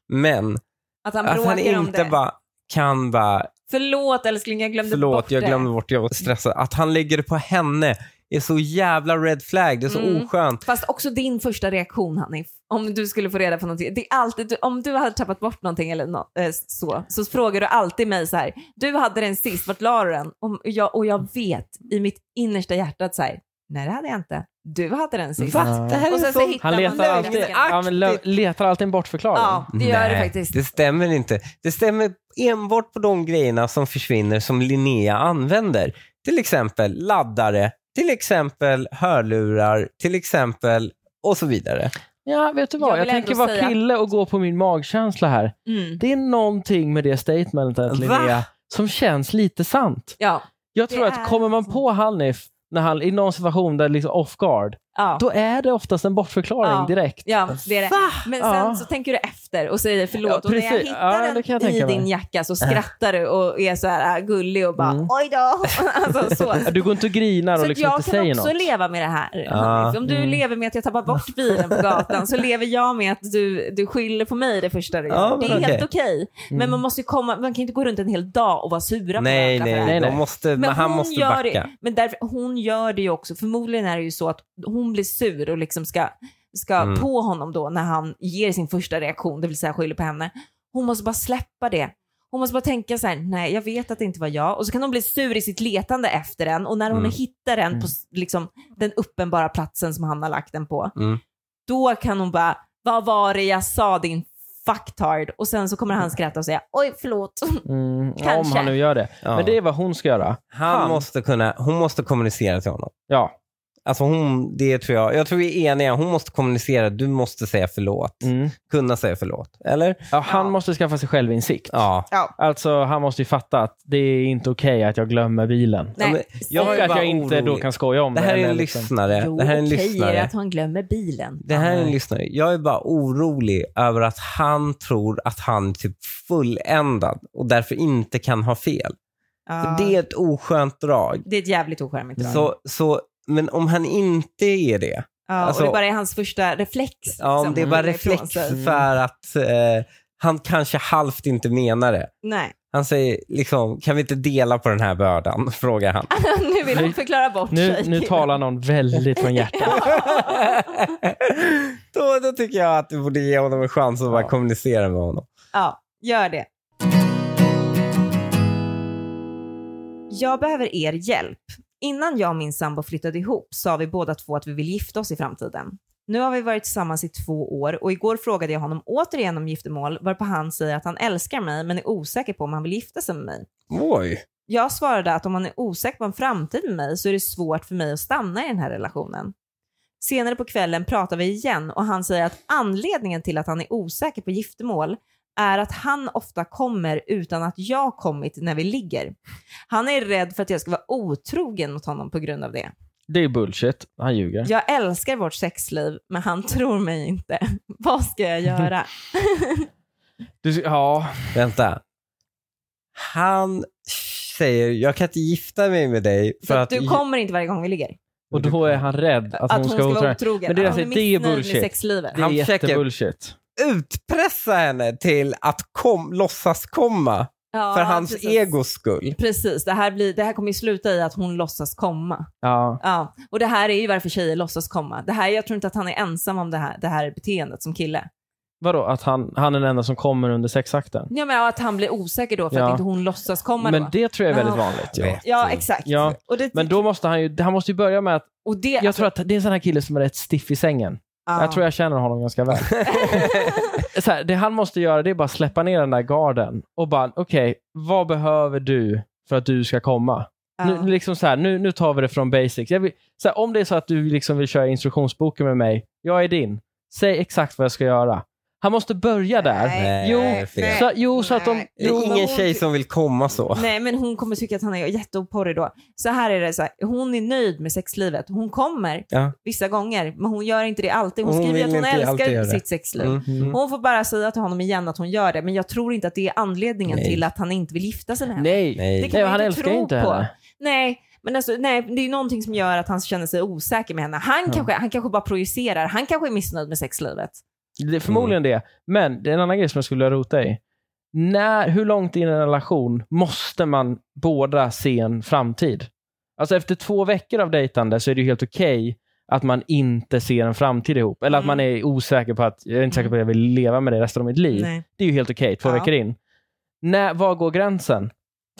[SPEAKER 1] Men
[SPEAKER 3] Att han
[SPEAKER 1] att
[SPEAKER 3] bråkar
[SPEAKER 1] han
[SPEAKER 3] om
[SPEAKER 1] inte
[SPEAKER 3] det.
[SPEAKER 1] bara kan bara,
[SPEAKER 3] Förlåt älskling, jag glömde bort
[SPEAKER 1] förlåt jag
[SPEAKER 3] det.
[SPEAKER 1] glömde bort det, jag var stressad. Att han lägger det på henne är så jävla red flag. Det är så
[SPEAKER 3] Mm.
[SPEAKER 1] oskönt.
[SPEAKER 3] Fast också din första reaktion Hanif, om du skulle få reda på någonting. Det är alltid, du- om du hade tappat bort någonting eller nå- eh, så, så frågar du alltid mig så här, du hade den sist, vart la du den? Och jag, och jag vet i mitt innersta hjärta att så här, nej det hade jag inte, du hade den sist.
[SPEAKER 1] Va?
[SPEAKER 2] Ja.
[SPEAKER 1] Det här är
[SPEAKER 3] Och sen
[SPEAKER 1] en
[SPEAKER 3] så
[SPEAKER 1] sån-
[SPEAKER 3] hittar
[SPEAKER 2] Han
[SPEAKER 3] man
[SPEAKER 2] letar
[SPEAKER 3] lögnen.
[SPEAKER 2] alltid, ja, men lö- letar alltid en bortförklaring.
[SPEAKER 3] Ja, det gör det
[SPEAKER 1] Nej,
[SPEAKER 3] faktiskt.
[SPEAKER 1] Det stämmer inte. Det stämmer enbart på de grejerna som försvinner som Linnea använder. Till exempel laddare, till exempel hörlurar, till exempel och så vidare.
[SPEAKER 2] Ja, vet du vad?
[SPEAKER 3] Jag
[SPEAKER 2] Jag,
[SPEAKER 3] vill
[SPEAKER 2] tänker
[SPEAKER 3] ändå
[SPEAKER 2] vara
[SPEAKER 3] säga-
[SPEAKER 2] kille och gå på min magkänsla här.
[SPEAKER 3] Mm.
[SPEAKER 2] Det är någonting med det statementet,
[SPEAKER 1] Va?
[SPEAKER 2] Linnea, som känns lite sant.
[SPEAKER 3] Ja,
[SPEAKER 2] Jag
[SPEAKER 3] Det
[SPEAKER 2] tror
[SPEAKER 3] är
[SPEAKER 2] att kommer man
[SPEAKER 3] sant.
[SPEAKER 2] på Hanif när han, i någon situation där liksom off guard,
[SPEAKER 3] ja.
[SPEAKER 2] då är det oftast en bortförklaring
[SPEAKER 3] Ja.
[SPEAKER 2] direkt.
[SPEAKER 3] Ja, det är det. Men sen
[SPEAKER 2] Ja.
[SPEAKER 3] så tänker du efter och säger förlåt.
[SPEAKER 2] Ja,
[SPEAKER 3] och när jag
[SPEAKER 2] precis. Ja,
[SPEAKER 3] hittar
[SPEAKER 2] det kan jag
[SPEAKER 3] den i
[SPEAKER 2] tänka mig. Äh.
[SPEAKER 3] din jacka så skrattar du och är så här äh, gullig och bara
[SPEAKER 2] Mm.
[SPEAKER 3] oj då. alltså, så.
[SPEAKER 2] Du går inte och grinar
[SPEAKER 3] Så
[SPEAKER 2] och
[SPEAKER 3] att
[SPEAKER 2] liksom
[SPEAKER 3] jag
[SPEAKER 2] inte
[SPEAKER 3] kan
[SPEAKER 2] säger
[SPEAKER 3] också
[SPEAKER 2] något.
[SPEAKER 3] leva med det här.
[SPEAKER 1] Ja.
[SPEAKER 3] Hanif. Om du
[SPEAKER 2] Mm.
[SPEAKER 3] lever med att jag tappar bort bilen på gatan så lever jag med att du, du skyller på mig det första du gör.
[SPEAKER 1] Ja,
[SPEAKER 3] det
[SPEAKER 1] men
[SPEAKER 3] är helt
[SPEAKER 1] okej.
[SPEAKER 3] okej. Men
[SPEAKER 2] Mm.
[SPEAKER 3] man måste ju komma, man kan inte gå runt en hel dag och vara sura på
[SPEAKER 1] Nej,
[SPEAKER 3] varandra för
[SPEAKER 1] nej,
[SPEAKER 3] det här.
[SPEAKER 1] nej,
[SPEAKER 2] nej.
[SPEAKER 1] De måste, men
[SPEAKER 3] Men
[SPEAKER 1] han
[SPEAKER 3] hon
[SPEAKER 1] måste
[SPEAKER 3] gör
[SPEAKER 1] backa.
[SPEAKER 3] det, men därför, hon gör det ju också. Förmodligen är det ju så att hon blir sur och liksom ska, ska
[SPEAKER 1] Mm.
[SPEAKER 3] på honom då när han ger sin första reaktion, det vill säga skyller på henne. Hon måste bara släppa det. Hon måste bara tänka så här, nej jag vet att det inte var jag. Och så kan hon bli sur i sitt letande efter den och när hon
[SPEAKER 1] Mm.
[SPEAKER 3] hittar den på
[SPEAKER 2] Mm.
[SPEAKER 3] s- liksom, den uppenbara platsen som han har lagt den på,
[SPEAKER 1] Mm.
[SPEAKER 3] då kan hon bara, vad var det jag sa din fucktard? Och sen så kommer han
[SPEAKER 1] Mm.
[SPEAKER 3] skratta och säga, oj förlåt.
[SPEAKER 2] Mm, ja, om
[SPEAKER 3] Kanske.
[SPEAKER 2] han nu gör det.
[SPEAKER 1] Ja.
[SPEAKER 2] Men det är vad hon ska göra.
[SPEAKER 1] han,
[SPEAKER 2] han-
[SPEAKER 1] Måste kunna, hon måste kommunicera till honom.
[SPEAKER 2] Ja.
[SPEAKER 1] Alltså hon, det tror jag, jag tror vi är eniga. Hon måste kommunicera. Du måste säga förlåt.
[SPEAKER 2] Mm.
[SPEAKER 1] Kunna säga förlåt. Eller?
[SPEAKER 2] ja han
[SPEAKER 3] Ja.
[SPEAKER 2] måste skaffa sig självinsikt.
[SPEAKER 1] Ja.
[SPEAKER 2] Alltså, han måste ju fatta att det är inte okej att jag glömmer bilen.
[SPEAKER 1] Ja, men
[SPEAKER 3] Nej,
[SPEAKER 1] jag
[SPEAKER 2] Och
[SPEAKER 1] är
[SPEAKER 2] att
[SPEAKER 1] bara
[SPEAKER 2] jag inte då
[SPEAKER 1] orolig.
[SPEAKER 2] kan skoja om
[SPEAKER 1] Det
[SPEAKER 2] det.
[SPEAKER 1] här är
[SPEAKER 2] eller
[SPEAKER 1] en
[SPEAKER 2] liksom-
[SPEAKER 1] lyssnare.
[SPEAKER 3] Jo,
[SPEAKER 1] det här är en
[SPEAKER 3] okej är
[SPEAKER 1] lyssnare.
[SPEAKER 3] det att han glömmer bilen.
[SPEAKER 1] Det här är en
[SPEAKER 2] Nej.
[SPEAKER 1] lyssnare. Jag är bara orolig över att han tror att han är typ fulländad och därför inte kan ha fel.
[SPEAKER 3] Ja.
[SPEAKER 1] För det är ett oskönt drag.
[SPEAKER 3] Det är ett jävligt ocharmigt drag.
[SPEAKER 1] Så, så, men om han inte är det,
[SPEAKER 3] ja,
[SPEAKER 1] alltså-
[SPEAKER 3] och det bara är hans första reflex. Liksom,
[SPEAKER 1] ja, om det är bara
[SPEAKER 3] han lägger ifrån
[SPEAKER 1] reflex
[SPEAKER 3] sig.
[SPEAKER 1] för att eh, han kanske halvt inte menar det.
[SPEAKER 3] Nej,
[SPEAKER 1] Han säger liksom, kan vi inte dela på den här bördan? Frågar han.
[SPEAKER 3] nu vill han förklara bort
[SPEAKER 2] Nu,
[SPEAKER 3] sig.
[SPEAKER 2] nu talar någon väldigt från hjärtat.
[SPEAKER 1] då, då tycker jag att du borde ge honom en chans att bara
[SPEAKER 2] Ja.
[SPEAKER 1] kommunicera med honom.
[SPEAKER 3] Ja, gör det. Jag behöver er hjälp. Innan jag och min sambo flyttade ihop sa vi båda två att vi vill gifta oss i framtiden. Nu har vi varit tillsammans i två år och igår frågade jag honom återigen om giftermål varpå han säger att han älskar mig men är osäker på om han vill gifta sig med mig.
[SPEAKER 1] Oj.
[SPEAKER 3] Jag svarade att om man är osäker på en framtid med mig så är det svårt för mig att stanna i den här relationen. Senare på kvällen pratar vi igen och han säger att anledningen till att han är osäker på giftermål är att han ofta kommer utan att jag kommit när vi ligger. Han är rädd för att jag ska vara otrogen mot honom på grund av det.
[SPEAKER 2] Det är bullshit. Han ljuger.
[SPEAKER 3] Jag älskar vårt sexliv, men han tror mig inte. Vad ska jag göra?
[SPEAKER 2] Du, ja.
[SPEAKER 1] Vänta. Han säger, jag kan inte gifta mig med dig för
[SPEAKER 3] Så
[SPEAKER 1] att...
[SPEAKER 3] att du kommer inte varje gång vi ligger?
[SPEAKER 2] Och då är han rädd att,
[SPEAKER 3] Att
[SPEAKER 2] hon ska
[SPEAKER 3] vara
[SPEAKER 2] otrogen.
[SPEAKER 3] otrogen?
[SPEAKER 2] Men det är
[SPEAKER 3] Att hon
[SPEAKER 2] alltså- det är
[SPEAKER 3] är missnöjd med
[SPEAKER 2] bullshit.
[SPEAKER 3] sexlivet?
[SPEAKER 2] Det är
[SPEAKER 1] Han försöker-
[SPEAKER 2] jättebullshit.
[SPEAKER 1] Utpressa henne till att kom, låtsas komma
[SPEAKER 3] Ja,
[SPEAKER 1] för hans
[SPEAKER 3] precis.
[SPEAKER 1] egos skull.
[SPEAKER 3] Precis, det här, blir, det här kommer ju sluta i att hon låtsas komma.
[SPEAKER 2] Ja.
[SPEAKER 3] Ja, och det här är ju varför tjejer låtsas komma. Det här, jag tror inte att han är ensam om det här, det här beteendet som kille.
[SPEAKER 2] Vadå, att han, han är den enda som kommer under sexakten?
[SPEAKER 3] Jag menar att han blir osäker då för
[SPEAKER 2] Ja.
[SPEAKER 3] att inte hon låtsas komma
[SPEAKER 2] Men
[SPEAKER 3] då.
[SPEAKER 2] det tror jag är väldigt
[SPEAKER 3] Ja.
[SPEAKER 2] vanligt. Ja.
[SPEAKER 1] Vet
[SPEAKER 3] Ja,
[SPEAKER 1] du.
[SPEAKER 3] exakt.
[SPEAKER 2] Ja.
[SPEAKER 3] Och det,
[SPEAKER 2] Men då måste han ju, han måste ju börja med att,
[SPEAKER 3] och det,
[SPEAKER 2] jag tror att det är en sån här kille som är rätt stiff i sängen.
[SPEAKER 3] ja.
[SPEAKER 2] Jag tror jag känner honom ganska väl. så här, det han måste göra det är bara släppa ner den där garden och bara, okej, vad behöver du för att du ska komma?
[SPEAKER 3] ja.
[SPEAKER 2] Nu, liksom så här, nu, nu tar vi det från basics. Jag vill, så här, om det är så att du liksom vill köra instruktionsboken med mig, jag är din. Säg exakt vad jag ska göra. Han måste börja där.
[SPEAKER 1] Nej,
[SPEAKER 2] Jo,
[SPEAKER 1] det är fel.
[SPEAKER 2] Så, jo, så att de...
[SPEAKER 1] det är
[SPEAKER 3] men
[SPEAKER 1] ingen
[SPEAKER 3] hon-
[SPEAKER 1] tjej som vill komma så.
[SPEAKER 3] Nej, men hon kommer tycka att han är jätteoporrig då. Så här är det, så här, hon är nöjd med sexlivet. Hon kommer
[SPEAKER 1] Ja.
[SPEAKER 3] vissa gånger, men hon gör inte det alltid. Hon,
[SPEAKER 1] Hon
[SPEAKER 3] skriver
[SPEAKER 1] vill
[SPEAKER 3] att hon
[SPEAKER 1] inte alltid
[SPEAKER 3] älskar
[SPEAKER 1] göra det.
[SPEAKER 3] sitt sexliv.
[SPEAKER 1] Mm. Mm.
[SPEAKER 3] Hon får bara säga till honom igen att hon gör det, men jag tror inte att det är anledningen
[SPEAKER 1] Nej.
[SPEAKER 3] till att han inte vill gifta sig med henne.
[SPEAKER 2] Nej. Nej.
[SPEAKER 1] Nej.
[SPEAKER 3] kan man
[SPEAKER 2] han
[SPEAKER 3] inte
[SPEAKER 2] älskar
[SPEAKER 3] tro
[SPEAKER 2] ju inte
[SPEAKER 3] på.
[SPEAKER 2] henne.
[SPEAKER 3] Nej, men alltså, nej, det är ju någonting som gör att han känner sig osäker med henne. Han, kanske, han kanske bara projicerar. Han kanske är missnöjd med sexlivet.
[SPEAKER 2] Det är förmodligen
[SPEAKER 3] Mm.
[SPEAKER 2] det. Men det är en annan grej som jag skulle vilja rota i. När, hur långt in i en relation måste man båda se en framtid? Alltså efter två veckor av dejtande så är det ju helt okej att man inte ser en framtid ihop. Eller att
[SPEAKER 3] Mm.
[SPEAKER 2] man är osäker på att, jag är inte säker på att jag vill leva med dig resten av mitt liv.
[SPEAKER 3] Nej.
[SPEAKER 2] Det är ju helt okej, två
[SPEAKER 3] Ja.
[SPEAKER 2] veckor in. När, var går gränsen?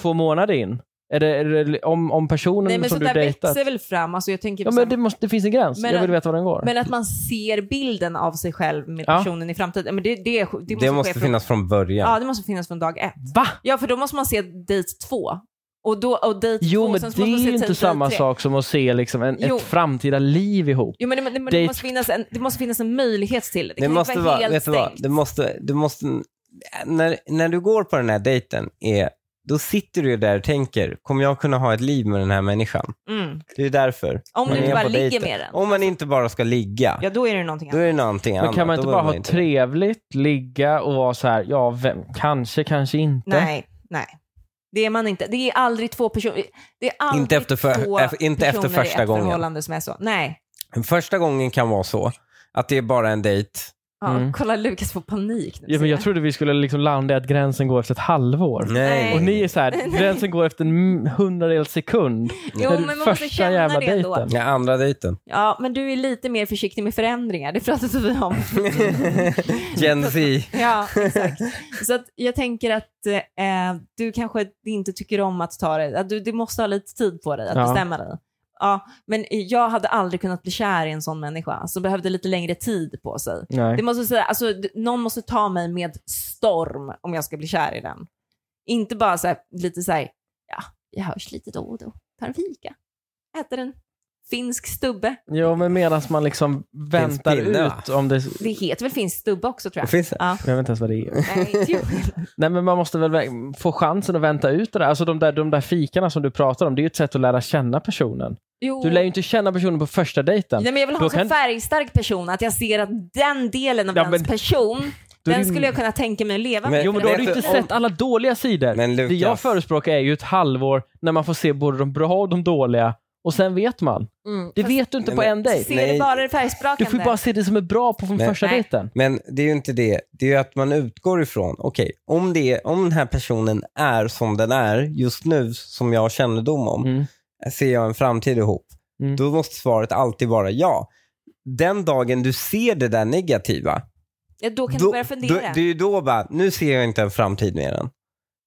[SPEAKER 2] Två månader in? Är det, är det, om, om personen
[SPEAKER 3] Nej, men
[SPEAKER 2] som
[SPEAKER 3] sånt
[SPEAKER 2] du
[SPEAKER 3] där
[SPEAKER 2] dejtat...
[SPEAKER 3] växer väl fram. Alltså, jag tänker
[SPEAKER 2] Ja,
[SPEAKER 3] liksom-
[SPEAKER 2] men det, måste, det finns en gräns.
[SPEAKER 3] Men
[SPEAKER 2] jag vill
[SPEAKER 3] att-
[SPEAKER 2] veta var den går.
[SPEAKER 3] Men att man ser bilden av sig själv med
[SPEAKER 2] Ja.
[SPEAKER 3] personen i framtiden. Men det, det, det måste,
[SPEAKER 1] Det måste
[SPEAKER 3] ske
[SPEAKER 1] finnas från
[SPEAKER 3] Från,
[SPEAKER 1] början.
[SPEAKER 3] ja, det måste finnas från dag ett.
[SPEAKER 2] Va?
[SPEAKER 3] Ja, för då måste man se dejt två. Och, då, och dejt
[SPEAKER 2] Jo,
[SPEAKER 3] två,
[SPEAKER 2] men
[SPEAKER 3] sen
[SPEAKER 2] det
[SPEAKER 3] så måste man
[SPEAKER 2] är
[SPEAKER 3] se
[SPEAKER 2] ju inte
[SPEAKER 3] dejt
[SPEAKER 2] samma
[SPEAKER 3] tre.
[SPEAKER 2] sak som att se liksom en,
[SPEAKER 3] Jo.
[SPEAKER 2] ett framtida liv ihop.
[SPEAKER 3] Jo, men, det- men, det- men det,
[SPEAKER 2] Dejt-
[SPEAKER 3] måste finnas en, det måste finnas en möjlighet till det. Det,
[SPEAKER 1] Det
[SPEAKER 3] kan
[SPEAKER 1] måste
[SPEAKER 3] inte vara
[SPEAKER 1] vara,
[SPEAKER 3] helt
[SPEAKER 1] vet du vad?
[SPEAKER 3] stängt.
[SPEAKER 1] Det måste, du måste, när, när du går på den här dejten, är, då sitter du ju där och tänker, kommer jag kunna ha ett liv med den här människan?
[SPEAKER 3] Mm.
[SPEAKER 1] Det är därför.
[SPEAKER 3] Om
[SPEAKER 1] man
[SPEAKER 3] du inte
[SPEAKER 1] är
[SPEAKER 3] bara
[SPEAKER 1] på
[SPEAKER 3] ligger
[SPEAKER 1] dejten.
[SPEAKER 3] med den.
[SPEAKER 1] Om man inte bara ska ligga,
[SPEAKER 3] Ja, då är det någonting
[SPEAKER 1] då
[SPEAKER 3] annat.
[SPEAKER 1] är det någonting
[SPEAKER 2] Men
[SPEAKER 1] annat.
[SPEAKER 2] kan man
[SPEAKER 1] Då
[SPEAKER 2] inte bara
[SPEAKER 1] behöver
[SPEAKER 2] ha
[SPEAKER 1] inte-
[SPEAKER 2] trevligt, ligga och vara så här, ja, vem, kanske, kanske inte.
[SPEAKER 3] Nej, nej. Det är man inte. Det är aldrig två personer. Det är aldrig
[SPEAKER 1] Inte efter för-
[SPEAKER 3] två
[SPEAKER 1] eh, inte efter
[SPEAKER 3] personer i
[SPEAKER 1] första
[SPEAKER 3] ett
[SPEAKER 1] gången.
[SPEAKER 3] förhållande som är så. Nej.
[SPEAKER 1] Första gången kan vara så, att det är bara en dejt.
[SPEAKER 3] Ja,
[SPEAKER 2] Mm.
[SPEAKER 3] Kolla, Lukas får panik nu.
[SPEAKER 2] Ja, men jag
[SPEAKER 3] ser
[SPEAKER 2] trodde vi skulle liksom landa i att gränsen går efter ett halvår.
[SPEAKER 3] Nej.
[SPEAKER 2] Och ni är så här, gränsen går efter en hundradels sekund.
[SPEAKER 3] Jo,
[SPEAKER 2] När
[SPEAKER 3] men man måste
[SPEAKER 2] första
[SPEAKER 3] känna
[SPEAKER 2] jävla
[SPEAKER 3] det ändå.
[SPEAKER 2] dejten.
[SPEAKER 1] Ja, andra dejten.
[SPEAKER 3] Ja, men du är lite mer försiktig med förändringar. Det pratade vi om.
[SPEAKER 1] Gen Z.
[SPEAKER 3] ja, exakt. Så att jag tänker att eh, du kanske inte tycker om att ta det. Att du, du måste ha lite tid på dig att
[SPEAKER 2] Ja.
[SPEAKER 3] bestämma dig. Ja, men jag hade aldrig kunnat bli kär i en sån människa som behövde lite längre tid på sig. Det
[SPEAKER 2] Nej.
[SPEAKER 3] måste jag säga, alltså, d- någon måste ta mig med storm om jag ska bli kär i den. Inte bara så här, lite så här, ja, jag hörs lite då och då. Tar en fika, äter en finsk stubbe.
[SPEAKER 2] Ja, men medan man liksom väntar
[SPEAKER 1] pinne, va?
[SPEAKER 2] ut om det...
[SPEAKER 3] Det heter väl finsk stubbe också tror
[SPEAKER 1] Det
[SPEAKER 3] jag.
[SPEAKER 1] finns
[SPEAKER 3] Ja.
[SPEAKER 2] Jag vet inte ens vad det är.
[SPEAKER 3] Nej, inte jag.
[SPEAKER 2] Nej, men man måste väl vä- få chansen att vänta ut det där. Alltså de där, de där fikarna som du pratar om, det är ju ett sätt att lära känna personen.
[SPEAKER 3] Jo.
[SPEAKER 2] Du lär ju inte känna personen på första dejten.
[SPEAKER 3] Nej, men jag vill ha
[SPEAKER 2] Då
[SPEAKER 3] en så
[SPEAKER 2] kan-
[SPEAKER 3] färgstark person att jag ser att den delen av
[SPEAKER 2] Ja,
[SPEAKER 3] ens
[SPEAKER 2] men-
[SPEAKER 3] person,
[SPEAKER 2] Då är
[SPEAKER 3] den
[SPEAKER 2] det-
[SPEAKER 3] skulle jag kunna tänka mig att
[SPEAKER 1] Men-
[SPEAKER 3] leva med.
[SPEAKER 2] Jo men då har du inte
[SPEAKER 1] Om-
[SPEAKER 2] sett alla dåliga sidor.
[SPEAKER 1] Men
[SPEAKER 2] Det
[SPEAKER 1] Lukas,
[SPEAKER 2] jag förespråkar är ju ett halvår när man får se både de bra och de dåliga och sen vet man.
[SPEAKER 3] Mm.
[SPEAKER 2] Det
[SPEAKER 3] Fast
[SPEAKER 2] vet du inte
[SPEAKER 1] Nej,
[SPEAKER 2] på
[SPEAKER 1] men-
[SPEAKER 2] en dejt.
[SPEAKER 3] Ser du
[SPEAKER 1] Nej.
[SPEAKER 3] bara det
[SPEAKER 2] Du
[SPEAKER 3] färgsprakande?
[SPEAKER 2] får ju bara se det som är bra på från
[SPEAKER 1] Nej.
[SPEAKER 2] första
[SPEAKER 3] Nej.
[SPEAKER 2] dejten.
[SPEAKER 1] Men det är ju inte det. Det är ju att man utgår ifrån, okej, om, det är- om den här personen är som den är just nu, som jag har kännedom om,
[SPEAKER 2] Mm.
[SPEAKER 1] ser jag en framtid ihop?
[SPEAKER 2] Mm.
[SPEAKER 1] Då måste svaret alltid vara ja. Den dagen du ser det där negativa,
[SPEAKER 3] ja, då kan
[SPEAKER 1] då,
[SPEAKER 3] du börja
[SPEAKER 1] då,
[SPEAKER 3] fundera.
[SPEAKER 1] det är ju då bara, nu ser jag inte en framtid med den.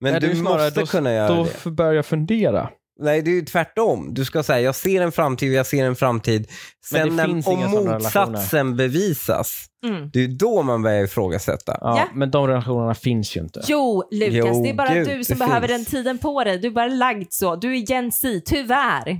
[SPEAKER 1] Men
[SPEAKER 2] Nej, det är
[SPEAKER 1] du
[SPEAKER 2] ju snarare
[SPEAKER 1] måste
[SPEAKER 2] då-
[SPEAKER 1] kunna göra
[SPEAKER 2] Då
[SPEAKER 1] det.
[SPEAKER 2] f- börjar jag fundera.
[SPEAKER 1] Nej, det är ju tvärtom. Du ska säga, jag ser en framtid, jag ser en framtid.
[SPEAKER 2] Men det
[SPEAKER 1] Sen
[SPEAKER 2] finns
[SPEAKER 1] när, om
[SPEAKER 2] inga sådana
[SPEAKER 1] motsatsen bevisas,
[SPEAKER 3] Mm.
[SPEAKER 1] det är ju då man börjar ifrågasätta.
[SPEAKER 2] Ja,
[SPEAKER 3] Ja.
[SPEAKER 2] Men de relationerna finns ju inte.
[SPEAKER 3] Jo, Lukas,
[SPEAKER 1] Jo,
[SPEAKER 3] det är bara
[SPEAKER 1] gud,
[SPEAKER 3] du som
[SPEAKER 1] det
[SPEAKER 3] behöver
[SPEAKER 1] finns.
[SPEAKER 3] den tiden på dig. Du är bara lagd så. Du är Gen Z, tyvärr.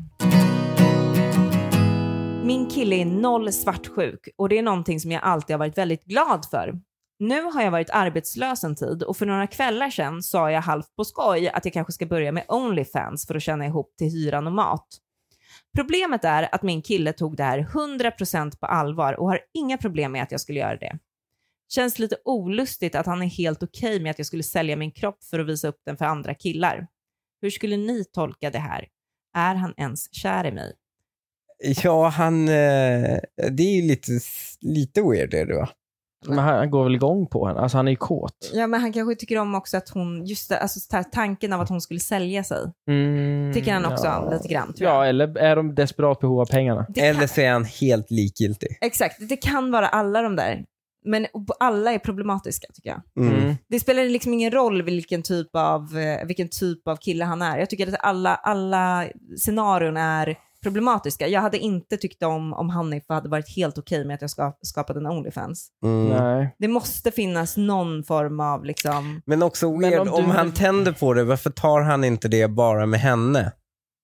[SPEAKER 3] Min kille är noll svartsjuk och det är någonting som jag alltid har varit väldigt glad för. Nu har jag varit arbetslös en tid och för några kvällar sedan sa jag halvt på skoj att jag kanske ska börja med Onlyfans för att tjäna ihop till hyran och mat. Problemet är att min kille tog det här 100% på allvar och har inga problem med att jag skulle göra det. Känns lite olustigt att han är helt okej med att jag skulle sälja min kropp för att visa upp den för andra killar. Hur skulle ni tolka det här? Är han ens kär i mig?
[SPEAKER 1] Ja, han... Eh, det är ju lite, lite weird är det va?
[SPEAKER 2] Men han går väl igång på henne? Alltså han är ju kåt.
[SPEAKER 3] Ja, men han kanske tycker om också att hon, just det, alltså ta- tanken av att hon skulle sälja sig,
[SPEAKER 2] Mm,
[SPEAKER 3] tycker han också
[SPEAKER 2] ja.
[SPEAKER 3] om lite grann tror jag.
[SPEAKER 2] Ja, eller är de desperat behov av pengarna?
[SPEAKER 3] Det kan,
[SPEAKER 1] Eller så är han helt likgiltig.
[SPEAKER 3] exakt, det kan vara alla de där. Men alla är problematiska tycker jag.
[SPEAKER 1] Mm.
[SPEAKER 3] Det spelar liksom ingen roll vilken typ av, eh, vilken typ av kille han är. Jag tycker att alla, alla scenarion är problematiska. Jag hade inte tyckt om om Hanif hade varit helt okej med att jag ska, skapade en Onlyfans.
[SPEAKER 1] Mm.
[SPEAKER 2] Nej.
[SPEAKER 3] Det måste finnas någon form av liksom...
[SPEAKER 1] Men också weird,
[SPEAKER 2] om
[SPEAKER 1] om,
[SPEAKER 2] du-
[SPEAKER 1] han tänder på det, varför tar han inte det bara med henne?